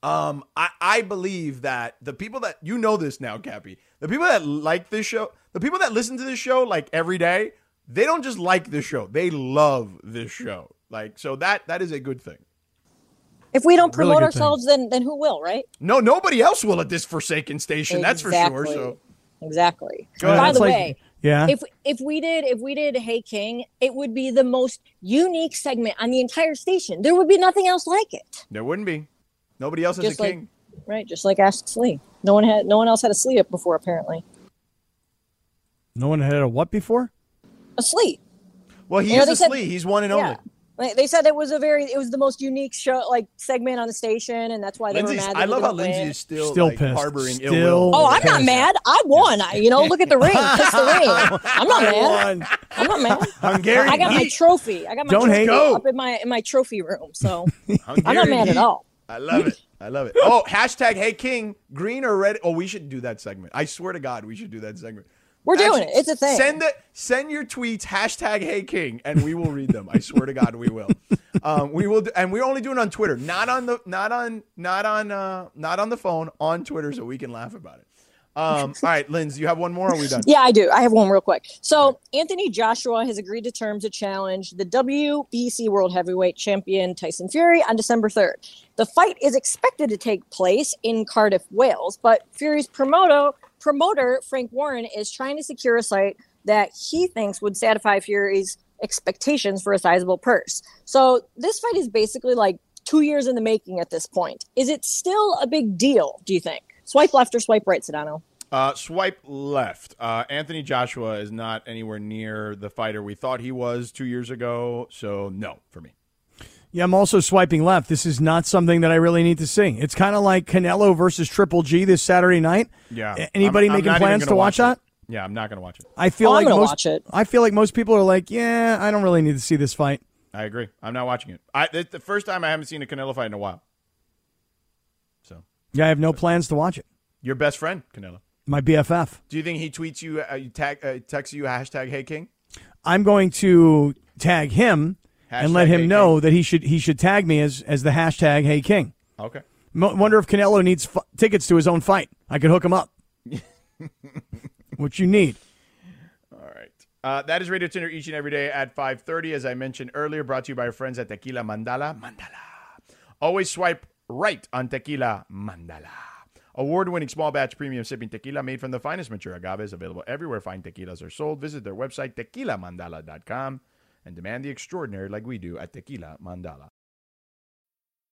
[SPEAKER 2] um, I, I believe that the people that you know this now, Cappy, the people that like this show, the people that listen to this show like every day, they don't just like this show; they love this show. Like so that that is a good thing.
[SPEAKER 6] If we don't
[SPEAKER 5] Really
[SPEAKER 6] promote
[SPEAKER 5] good
[SPEAKER 6] ourselves, then then who will, right?
[SPEAKER 2] No, nobody else will at this forsaken station. That's for sure.
[SPEAKER 6] Exactly.
[SPEAKER 2] So
[SPEAKER 6] Exactly.
[SPEAKER 2] Go ahead.
[SPEAKER 6] By
[SPEAKER 5] That's
[SPEAKER 6] the
[SPEAKER 5] like-
[SPEAKER 6] way,
[SPEAKER 5] Yeah,
[SPEAKER 6] if if we did if we did Hey King, it would be the most unique segment on the entire station. There would be nothing else like it.
[SPEAKER 2] there wouldn't be nobody else is
[SPEAKER 6] Just
[SPEAKER 2] a
[SPEAKER 6] like-
[SPEAKER 2] king.
[SPEAKER 6] Right? Just like Ask Slee. No one had no one else had a Slee up before apparently.
[SPEAKER 5] no one had a what before.
[SPEAKER 6] A Slee.
[SPEAKER 2] Well, he
[SPEAKER 6] You know,
[SPEAKER 2] is
[SPEAKER 6] they
[SPEAKER 2] a
[SPEAKER 6] said-
[SPEAKER 2] flea. He's one and
[SPEAKER 6] Yeah.
[SPEAKER 2] only.
[SPEAKER 6] Like, They said it was a very it was the most unique show like segment on the station and that's why they
[SPEAKER 2] Lindsay's,
[SPEAKER 6] were mad. that
[SPEAKER 2] I
[SPEAKER 6] we
[SPEAKER 2] love how
[SPEAKER 6] didn't win.
[SPEAKER 2] Lindsay is still,
[SPEAKER 5] Still
[SPEAKER 2] like,
[SPEAKER 5] pissed.
[SPEAKER 2] harboring ill
[SPEAKER 5] Still-
[SPEAKER 2] will.
[SPEAKER 6] Oh, I'm not
[SPEAKER 5] Paris.
[SPEAKER 6] mad. I won. I, you know, look at
[SPEAKER 2] *laughs*
[SPEAKER 6] the ring. Kiss the ring. I'm not mad.
[SPEAKER 5] One.
[SPEAKER 6] I'm not mad.
[SPEAKER 2] Hungarian
[SPEAKER 6] I got my
[SPEAKER 2] heat.
[SPEAKER 6] trophy. I got my
[SPEAKER 5] Don't
[SPEAKER 6] trophy
[SPEAKER 5] hang-
[SPEAKER 6] up in my in my trophy room. So I'm not
[SPEAKER 2] Hungarian
[SPEAKER 6] mad at
[SPEAKER 2] heat.
[SPEAKER 6] all.
[SPEAKER 2] I love it. I love
[SPEAKER 6] *laughs*
[SPEAKER 2] it. Oh, hashtag Hey King, green or red? Oh, we should do that segment. I swear to God, we should do that segment.
[SPEAKER 6] We're doing it. It's a thing.
[SPEAKER 2] Send the send your tweets hashtag Hey King, and we will read them. I swear to God, we will. Um, we will, do, and we're only doing it on Twitter, not on the, not on, not on, uh, not on the phone, on Twitter, so we can laugh about it. Um, all right, Linz, you have one more. Or are we done?
[SPEAKER 6] Yeah, I do. I have one real quick. So Anthony Joshua has agreed to terms to challenge the WBC World Heavyweight Champion Tyson Fury on December 3rd. The fight is expected to take place in Cardiff, Wales, but Fury's promoter, promoter Frank Warren is trying to secure a site that he thinks would satisfy Fury's expectations for a sizable purse. So this fight is basically like two years in the making at this point. Is it still a big deal? Do you think? Swipe left or swipe right, Sedano?
[SPEAKER 2] Uh, swipe left. Uh, Anthony Joshua is not anywhere near the fighter we thought he was two years ago, so no for me.
[SPEAKER 5] Yeah, I'm also swiping left. This is not something that I really need to see. It's kind of like Canelo versus Triple G this Saturday night.
[SPEAKER 2] Yeah.
[SPEAKER 5] A- Anybody
[SPEAKER 2] I'm- I'm
[SPEAKER 5] making
[SPEAKER 2] not even
[SPEAKER 5] plans to
[SPEAKER 2] gonna
[SPEAKER 5] watch,
[SPEAKER 2] watch
[SPEAKER 5] that?
[SPEAKER 2] it. Yeah, I'm not going to watch it.
[SPEAKER 5] I feel
[SPEAKER 6] Oh, I'm
[SPEAKER 5] like
[SPEAKER 6] gonna
[SPEAKER 5] most
[SPEAKER 6] watch it.
[SPEAKER 5] I feel like most people are like, yeah, I don't really need to see this fight.
[SPEAKER 2] I agree. I'm not watching it. I it's the first time I haven't seen a Canelo fight in a while. So
[SPEAKER 5] Yeah, I have no plans to watch it.
[SPEAKER 2] your best friend Canelo.
[SPEAKER 5] My BFF.
[SPEAKER 2] Do you think he tweets you, uh, you tag, uh, texts you hashtag Hey King?
[SPEAKER 5] I'm going to tag him and let
[SPEAKER 2] Hashtag
[SPEAKER 5] him
[SPEAKER 2] Hey
[SPEAKER 5] know that he should he should tag me as as the hashtag Hey King.
[SPEAKER 2] Okay.
[SPEAKER 5] Mo- wonder if Canelo needs f- tickets to his own fight. I could hook
[SPEAKER 2] *laughs*
[SPEAKER 5] him up. what you need?
[SPEAKER 2] All right. Uh, that is Radio Tinder each and every day at 5:30, as I mentioned earlier. Brought to you by our friends at Tequila Mandala. Mandala. Always swipe right on Tequila Mandala. Award-winning small batch premium sipping tequila made from the finest mature agaves available everywhere fine tequilas are sold. Visit their website tequilamandala.com and demand the extraordinary like we do at Tequila Mandala.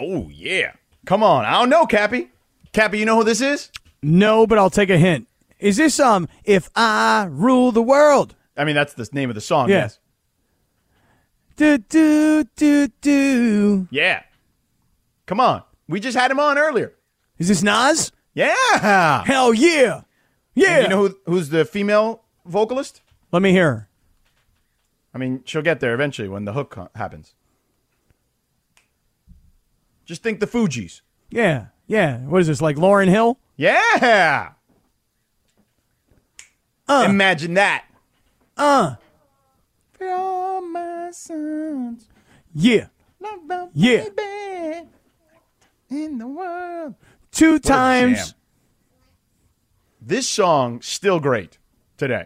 [SPEAKER 2] Oh yeah. Come on. I don't know, Cappy. Cappy, you know who this is?
[SPEAKER 5] No, but I'll take a hint. Is this um if I rule the world?
[SPEAKER 2] I mean, that's the name of the song.
[SPEAKER 5] Yeah. Do do do do.
[SPEAKER 2] Yeah. Come on. We just had him on earlier.
[SPEAKER 5] Is this Nas?
[SPEAKER 2] Yeah.
[SPEAKER 5] Hell yeah. Yeah.
[SPEAKER 2] Do you know who, who's the female vocalist?
[SPEAKER 5] Let me hear. her.
[SPEAKER 2] I mean, she'll get there eventually when the hook co- happens. Just think the Fugees.
[SPEAKER 5] Yeah. Yeah. What is this like Lauren Hill?
[SPEAKER 2] Yeah. Imagine that.
[SPEAKER 5] Uh.
[SPEAKER 2] For all my sons,
[SPEAKER 5] Yeah.
[SPEAKER 2] love my
[SPEAKER 5] Yeah.
[SPEAKER 2] baby in the world.
[SPEAKER 5] Two
[SPEAKER 2] What a
[SPEAKER 5] times.
[SPEAKER 2] jam. This song still great today.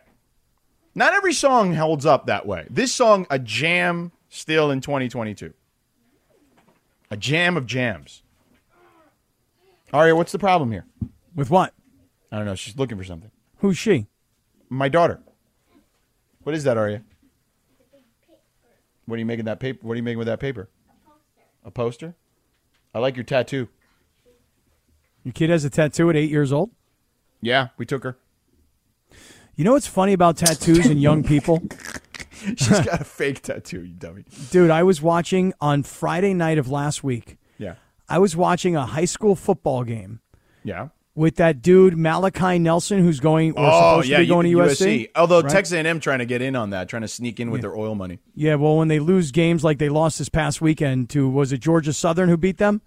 [SPEAKER 2] Not every song holds up that way. This song a jam still in 2022. A jam of jams. Aria, what's the problem here?
[SPEAKER 5] With what?
[SPEAKER 2] I don't know. She's looking for something.
[SPEAKER 5] Who's she?
[SPEAKER 2] My daughter. What is that, Aria? What are you making that paper? What are you making with that paper? A poster. A poster? I like your tattoo.
[SPEAKER 5] Your kid has a tattoo at eight years old.
[SPEAKER 2] Yeah, we took her. *laughs*
[SPEAKER 5] You know what's funny about tattoos and
[SPEAKER 2] *laughs*
[SPEAKER 5] young people?
[SPEAKER 2] She's got a fake tattoo, you dummy.
[SPEAKER 5] Dude, I was watching on Friday night of last week.
[SPEAKER 2] Yeah.
[SPEAKER 5] I was watching a high school football game
[SPEAKER 2] Yeah.
[SPEAKER 5] with that dude Malachi Nelson, who's going
[SPEAKER 2] Oh,
[SPEAKER 5] or supposed to be going to USC.
[SPEAKER 2] Although
[SPEAKER 5] right?
[SPEAKER 2] Texas A&M trying to get in on that, trying to sneak in with their oil money.
[SPEAKER 5] Yeah, well, when they lose games like they lost this past weekend to was it Georgia Southern who beat them?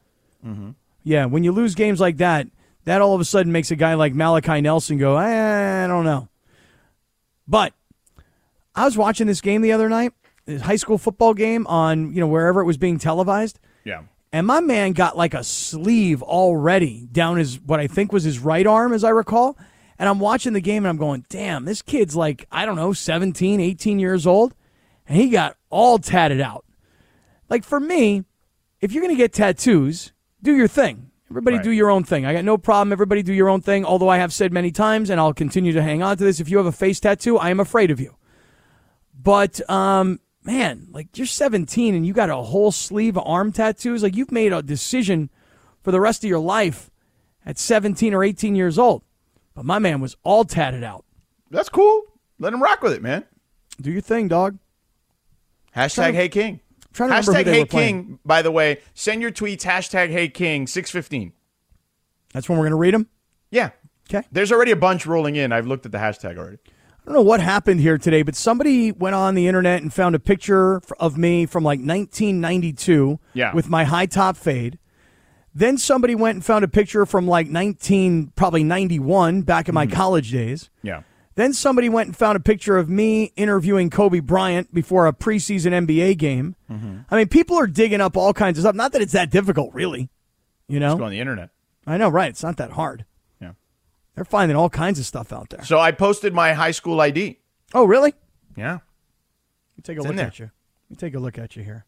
[SPEAKER 5] Mm-hmm. Yeah, when you lose games like that, that all of a sudden makes a guy like Malachi Nelson go, "Eh, I don't know. But I was watching this game the other night, this high school football game on you know wherever it was being televised,
[SPEAKER 2] Yeah.
[SPEAKER 5] and my man got like a sleeve already down his what I think was his right arm, as I recall. And I'm watching the game and I'm going, damn, this kid's like, I don't know, 17, 18 years old. And he got all tatted out. Like for me, if you're going to get tattoos, do your thing. Everybody
[SPEAKER 2] Right.
[SPEAKER 5] do your own thing. I got no problem. Everybody do your own thing. Although I have said many times, and I'll continue to hang on to this. If you have a face tattoo, I am afraid of you. But um, man, like you're 17 and you got a whole sleeve of arm tattoos. Like you've made a decision for the rest of your life at 17 or 18 years old. But my man was all tatted out.
[SPEAKER 2] that's cool. Let him rock with it, man.
[SPEAKER 5] Do your thing, dog.
[SPEAKER 2] Hashtag Hey King.
[SPEAKER 5] trying to remember who
[SPEAKER 2] Hashtag
[SPEAKER 5] they
[SPEAKER 2] Hey
[SPEAKER 5] were playing.
[SPEAKER 2] King. By the way, send your tweets. Hashtag Hey King six fifteen.
[SPEAKER 5] That's when we're going to read them.
[SPEAKER 2] Yeah.
[SPEAKER 5] 'Kay.
[SPEAKER 2] There's already a bunch rolling in. I've looked at the hashtag already.
[SPEAKER 5] I don't know what happened here today, but somebody went on the internet and found a picture f- of me from like 1992
[SPEAKER 2] Yeah.
[SPEAKER 5] with my high top fade. Then somebody went and found a picture from like 19, probably 91, back in my college days.
[SPEAKER 2] Yeah.
[SPEAKER 5] Then somebody went and found a picture of me interviewing Kobe Bryant before a preseason NBA game.
[SPEAKER 2] Mm-hmm.
[SPEAKER 5] I mean, people are digging up all kinds of stuff. Not that it's that difficult, really. You
[SPEAKER 2] Go
[SPEAKER 5] know,
[SPEAKER 2] on the internet.
[SPEAKER 5] I know, right? It's not that hard.
[SPEAKER 2] Yeah.
[SPEAKER 5] They're finding all kinds of stuff out there.
[SPEAKER 2] So I posted my high school ID.
[SPEAKER 5] Oh, really?
[SPEAKER 2] Yeah.
[SPEAKER 5] Let me take a
[SPEAKER 2] It's in
[SPEAKER 5] look
[SPEAKER 2] there.
[SPEAKER 5] at you. Let me take a look at you here.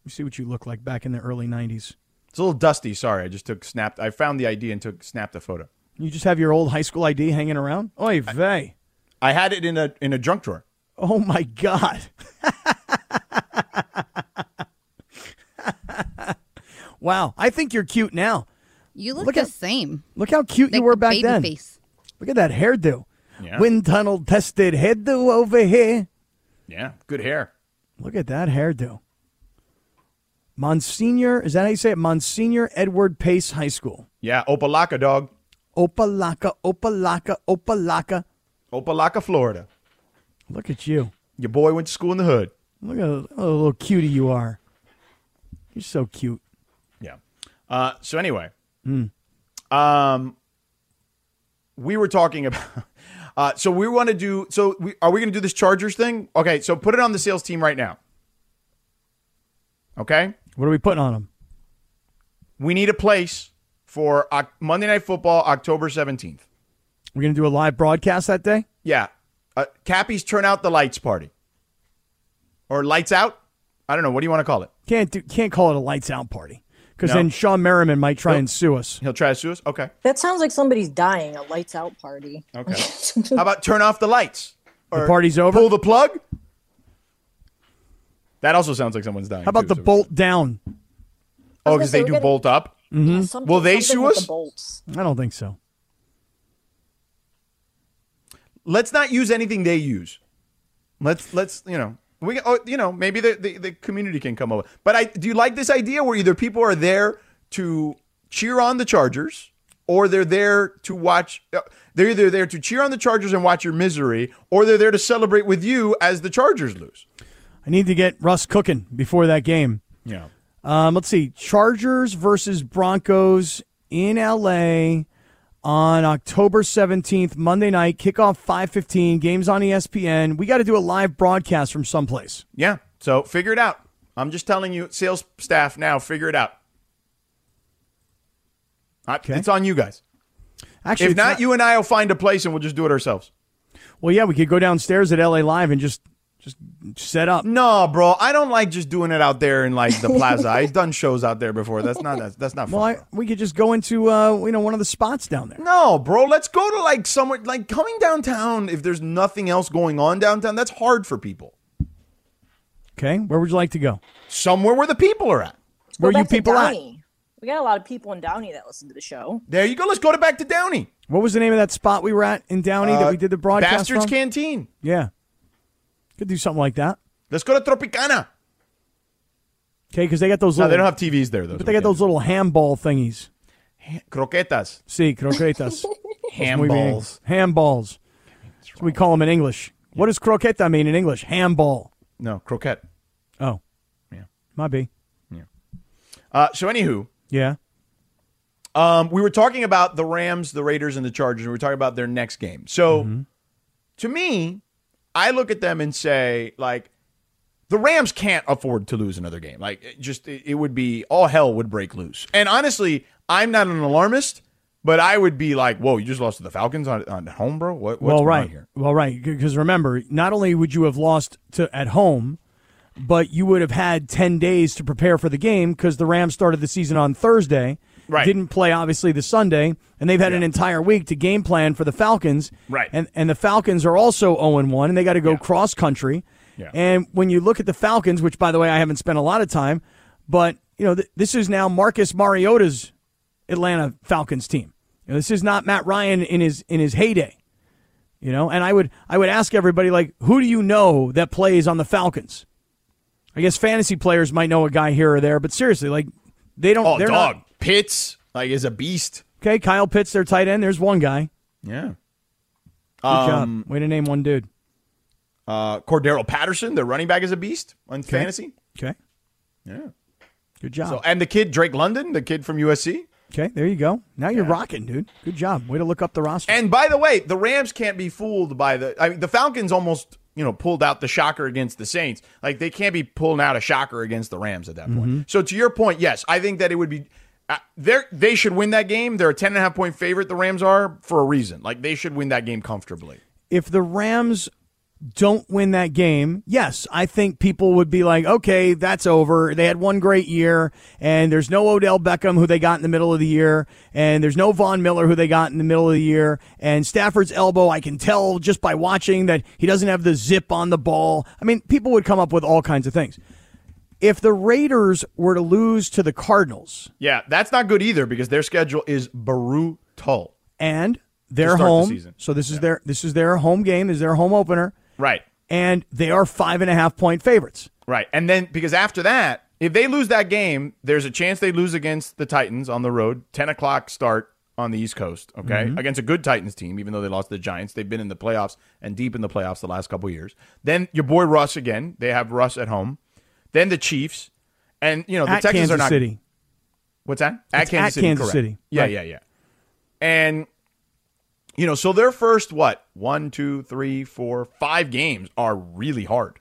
[SPEAKER 5] Let me see what you look like back in the early '90s.
[SPEAKER 2] It's a little dusty. Sorry, I just took snapped. I found the ID and took snapped a photo.
[SPEAKER 5] You just have your old high school ID hanging around. Oy vey!
[SPEAKER 2] I had it in a in a junk drawer.
[SPEAKER 5] Oh my God! wow, I think you're cute now.
[SPEAKER 7] You look,
[SPEAKER 5] Look
[SPEAKER 7] the
[SPEAKER 5] at-
[SPEAKER 7] same.
[SPEAKER 5] Look how cute
[SPEAKER 7] Like
[SPEAKER 5] you were
[SPEAKER 7] the
[SPEAKER 5] back
[SPEAKER 7] baby
[SPEAKER 5] then.
[SPEAKER 7] Face.
[SPEAKER 5] Look at that hairdo.
[SPEAKER 2] Yeah.
[SPEAKER 5] Wind tunnel tested hairdo over here.
[SPEAKER 2] Yeah, good hair.
[SPEAKER 5] Look at that hairdo. Monsignor, is that how you say it? Monsignor Edward Pace High School.
[SPEAKER 2] Yeah, Opalaka dog,
[SPEAKER 5] Opalaka, Opalaka, Opalaka.
[SPEAKER 2] Opalaka, Florida.
[SPEAKER 5] Look at you.
[SPEAKER 2] Your boy went to school in the hood.
[SPEAKER 5] Look at how how little cutie you are. You're so cute.
[SPEAKER 2] Yeah. Uh, so anyway, um, we were talking about. *laughs* Uh, so we want to do. So we, are we going to do this Chargers thing? Okay. So put it on the sales team right now. Okay.
[SPEAKER 5] What are we putting on him?
[SPEAKER 2] We need a place for Oc- Monday Night Football, October seventeenth.
[SPEAKER 5] We're going to do a live broadcast that day?
[SPEAKER 2] Yeah. Uh, Cappy's turn out the lights party, or lights out. I don't know. What do you want to call it?
[SPEAKER 5] Can't do, can't call it a lights out party because
[SPEAKER 2] No.
[SPEAKER 5] then Sean Merriman might try and sue us.
[SPEAKER 2] He'll try to sue us. Okay.
[SPEAKER 6] That sounds like somebody's dying, a lights out party.
[SPEAKER 2] Okay. *laughs* How about turn off the lights?
[SPEAKER 5] The party's over.
[SPEAKER 2] Pull the plug. That also sounds like someone's dying.
[SPEAKER 5] How about the bolt down?
[SPEAKER 2] Oh, because they
[SPEAKER 6] We're
[SPEAKER 2] do
[SPEAKER 6] gonna-
[SPEAKER 2] bolt up.
[SPEAKER 6] Yeah, *laughs* something-
[SPEAKER 2] Will they
[SPEAKER 6] something
[SPEAKER 2] sue
[SPEAKER 6] with
[SPEAKER 2] us?
[SPEAKER 6] the bolts.
[SPEAKER 5] I don't think so.
[SPEAKER 2] Let's not use anything they use. Let's let's you know we oh, you know maybe the, the the community can come over. But I do you like this idea where either people are there to cheer on the Chargers or they're there to watch. uh, They're either there to cheer on the Chargers and watch your misery, or they're there to celebrate with you as the Chargers lose.
[SPEAKER 5] I need to get Russ cooking before that game.
[SPEAKER 2] Yeah.
[SPEAKER 5] Um, let's see. Chargers versus Broncos in LA on October 17th, Monday night, kickoff 5:15, games on E ESPN. We got to do a live broadcast from someplace.
[SPEAKER 2] Yeah. So figure it out. I'm just telling you, sales staff now, figure it out. I- It's on you guys.
[SPEAKER 5] Actually,
[SPEAKER 2] if
[SPEAKER 5] it's
[SPEAKER 2] not, you and I will find a place and we'll just do it ourselves.
[SPEAKER 5] Well, yeah, we could go downstairs at LA Live and just just set up.
[SPEAKER 2] No, bro, I don't like just doing it out there in *laughs* like the plaza. I've done shows out there before. That's not that's, that's not fun.
[SPEAKER 5] Well, I,
[SPEAKER 2] bro.
[SPEAKER 5] we could just go into uh, you know, one of the spots down there.
[SPEAKER 2] no, bro, let's go to like somewhere like coming downtown. If there's nothing else going on downtown, that's hard for people.
[SPEAKER 5] Okay? Where would you like to go?
[SPEAKER 2] Somewhere where the people are at.
[SPEAKER 6] Go
[SPEAKER 5] Where you
[SPEAKER 6] back to
[SPEAKER 5] people at?
[SPEAKER 6] Downey. We got a lot of people in Downey that listen to the show.
[SPEAKER 2] There you go. Let's go to back to Downey.
[SPEAKER 5] What was the name of that spot we were at in Downey that we did the broadcast
[SPEAKER 2] Uh, Bastards
[SPEAKER 5] from?
[SPEAKER 2] Canteen.
[SPEAKER 5] yeah. Could do something like that.
[SPEAKER 2] Let's go to Tropicana.
[SPEAKER 5] Okay, cuz they got those
[SPEAKER 2] No,
[SPEAKER 5] little
[SPEAKER 2] they don't have TVs there though.
[SPEAKER 5] but they got those little handball thingies.
[SPEAKER 2] croquetas. *laughs*
[SPEAKER 5] See, croquetas.
[SPEAKER 2] Ham
[SPEAKER 5] Muy bien.
[SPEAKER 2] balls.
[SPEAKER 5] Handballs. That's what we call them in English. What does croqueta mean in English? Handball.
[SPEAKER 2] No, croquette.
[SPEAKER 5] Oh.
[SPEAKER 2] Yeah.
[SPEAKER 5] Might be.
[SPEAKER 2] Uh, so, anywho,
[SPEAKER 5] Yeah.
[SPEAKER 2] um, we were talking about the Rams, the Raiders, and the Chargers. We were talking about their next game. So,
[SPEAKER 5] Mm-hmm.
[SPEAKER 2] to me, I look at them and say, like, the Rams can't afford to lose another game. Like, it just it, it would be all hell would break loose. And honestly, I'm not an alarmist, but I would be like, "Whoa, you just lost to the Falcons on, on home, bro. What, what's
[SPEAKER 5] well,
[SPEAKER 2] going
[SPEAKER 5] right.
[SPEAKER 2] on here?"
[SPEAKER 5] Well, right. Because remember, not only would you have lost to at home, but you would have had 10 days to prepare for the game because the Rams started the season on Thursday.
[SPEAKER 2] Right.
[SPEAKER 5] Didn't play, obviously, the Sunday, and they've had an entire week to game plan for the Falcons.
[SPEAKER 2] Right.
[SPEAKER 5] And, and the Falcons are also 0 1, and they got to go cross country.
[SPEAKER 2] Yeah.
[SPEAKER 5] And when you look at the Falcons, which, by the way, I haven't spent a lot of time, but, you know, th- this is now Marcus Mariota's Atlanta Falcons team. You know, this is not Matt Ryan in his in his heyday. You know, and I would I would ask everybody like, who do you know that plays on the Falcons? I guess fantasy players might know a guy here or there, but seriously, like they don't.
[SPEAKER 2] Oh,
[SPEAKER 5] they're
[SPEAKER 2] dog.
[SPEAKER 5] not-
[SPEAKER 2] Pitts like is a beast.
[SPEAKER 5] okay, Kyle Pitts, their tight end. There's one guy.
[SPEAKER 2] Yeah.
[SPEAKER 5] Good
[SPEAKER 2] Um,
[SPEAKER 5] job. Way to name one dude.
[SPEAKER 2] uh, Cordero Patterson, their running back, is a beast on fantasy.
[SPEAKER 5] Okay. Oh.
[SPEAKER 2] Yeah.
[SPEAKER 5] Good job.
[SPEAKER 2] So and the kid Drake London, the kid from USC.
[SPEAKER 5] okay, there you go. Now you're rocking, dude. Good job. Way to look up the roster.
[SPEAKER 2] And by the way, the Rams can't be fooled by the. I mean, the Falcons almost you know pulled out the shocker against the Saints. Like they can't be pulling out a shocker against the Rams at that point. So to your point, yes, I think that it would be. Uh, they're- they should win that game. They're a ten and a half point favorite. The Rams are for a reason. Like they should win that game comfortably.
[SPEAKER 5] if the Rams don't win that game, yes, I think people would be like, okay, that's over. They had one great year, and there's no Odell Beckham who they got in the middle of the year, and there's no Von Miller who they got in the middle of the year, and Stafford's elbow, I can tell just by watching that he doesn't have the zip on the ball. I mean, people would come up with all kinds of things. If the Raiders were to lose to the Cardinals,
[SPEAKER 2] Yeah, that's not good either because their schedule is brutal.
[SPEAKER 5] and they're
[SPEAKER 2] start the
[SPEAKER 5] home,
[SPEAKER 2] season.
[SPEAKER 5] so this is their this is their home game, this is their home opener.
[SPEAKER 2] Right.
[SPEAKER 5] and they are five and a half point favorites.
[SPEAKER 2] Right. And then because after that, if they lose that game, there's a chance they lose against the Titans on the road, 10 o'clock start on the East Coast, okay?
[SPEAKER 5] Mm-hmm.
[SPEAKER 2] Against a good Titans team, even though they lost to the Giants. They've been in the playoffs and deep in the playoffs the last couple years. Then your boy Russ again. They have Russ at home. Then the Chiefs. And, you know, the
[SPEAKER 5] at
[SPEAKER 2] Texans
[SPEAKER 5] Kansas
[SPEAKER 2] are not.
[SPEAKER 5] City.
[SPEAKER 2] What's that? At
[SPEAKER 5] It's at Kansas
[SPEAKER 2] correct.
[SPEAKER 5] City.
[SPEAKER 2] Yeah,
[SPEAKER 5] Right.
[SPEAKER 2] yeah, yeah. And you know, so their first what? One, two, three, four, five games are really hard.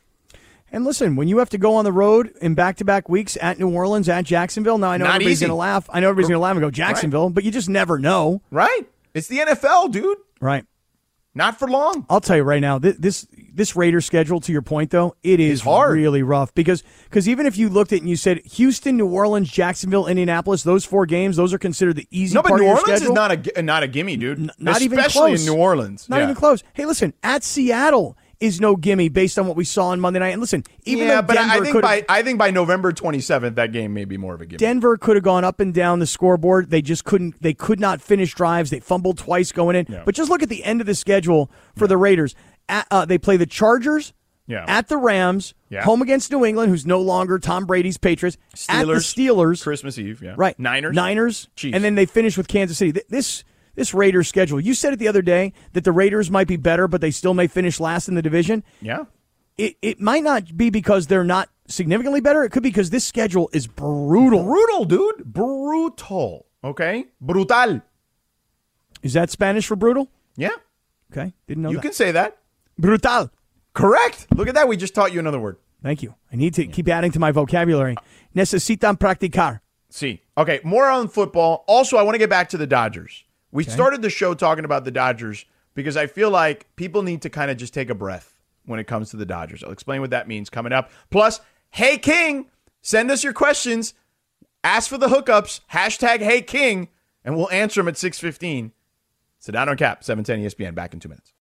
[SPEAKER 5] And listen, when you have to go on the road in back to back weeks at New Orleans, at Jacksonville, now I know
[SPEAKER 2] Not
[SPEAKER 5] everybody's
[SPEAKER 2] easy.
[SPEAKER 5] going to laugh. I know everybody's going to laugh and go, Jacksonville, but you just never know.
[SPEAKER 2] Right? It's the NFL, dude.
[SPEAKER 5] Right.
[SPEAKER 2] Not for long.
[SPEAKER 5] I'll tell you right now, thi- this this Raider schedule, to your point though, it is
[SPEAKER 2] hard.
[SPEAKER 5] really rough because because even if you looked at it and you said Houston, New Orleans, Jacksonville, Indianapolis, those four games, those are considered the easy
[SPEAKER 2] No, but
[SPEAKER 5] part
[SPEAKER 2] New
[SPEAKER 5] of your
[SPEAKER 2] Orleans is
[SPEAKER 5] schedule.
[SPEAKER 2] not a gi- not a gimme, dude.
[SPEAKER 5] not even
[SPEAKER 2] especially
[SPEAKER 5] close.
[SPEAKER 2] in New Orleans.
[SPEAKER 5] Not
[SPEAKER 2] Yeah.
[SPEAKER 5] even close. Hey, listen, at Seattle is no gimme based on what we saw on Monday night. And listen, even
[SPEAKER 2] yeah,
[SPEAKER 5] though
[SPEAKER 2] but I- I
[SPEAKER 5] Denver
[SPEAKER 2] think
[SPEAKER 5] could've-
[SPEAKER 2] by I think by November 27th that game may be more of a gimme.
[SPEAKER 5] Denver could have gone up and down the scoreboard. They just couldn't. They could not finish drives. They fumbled twice going in. But just look at the end of the schedule for the Raiders. At, uh, they play the Chargers.
[SPEAKER 2] Yeah.
[SPEAKER 5] At the Rams.
[SPEAKER 2] Yeah.
[SPEAKER 5] Home against New England, who's no longer Tom Brady's Patriots. At the Steelers.
[SPEAKER 2] Christmas Eve, yeah.
[SPEAKER 5] Right.
[SPEAKER 2] Niners.
[SPEAKER 5] Niners.
[SPEAKER 2] Chiefs.
[SPEAKER 5] And then they finish with Kansas City. Th- This this Raiders schedule. You said it the other day that the Raiders might be better, but they still may finish last in the division.
[SPEAKER 2] Yeah.
[SPEAKER 5] It it might not be because they're not significantly better. It could be because this schedule is brutal.
[SPEAKER 2] Brutal, dude. Brutal. Okay? Brutal.
[SPEAKER 5] Is that Spanish for brutal?
[SPEAKER 2] Yeah.
[SPEAKER 5] Okay, didn't know
[SPEAKER 2] You
[SPEAKER 5] that.
[SPEAKER 2] can say that.
[SPEAKER 5] Brutal.
[SPEAKER 2] Correct. Look at that. We just taught you another word.
[SPEAKER 5] Thank you. I need to keep adding to my vocabulary. Necesitan practicar.
[SPEAKER 2] See. Okay, more on football. Also, I want to get back to the Dodgers. We started the show talking about the Dodgers because I feel like people need to kind of just take a breath when it comes to the Dodgers. I'll explain what that means coming up. Plus, hey King, send us your questions. Ask for the hookups. Hashtag E hey King, and we'll answer them at 615. Sit down on cap, 710 ESPN, back in two minutes.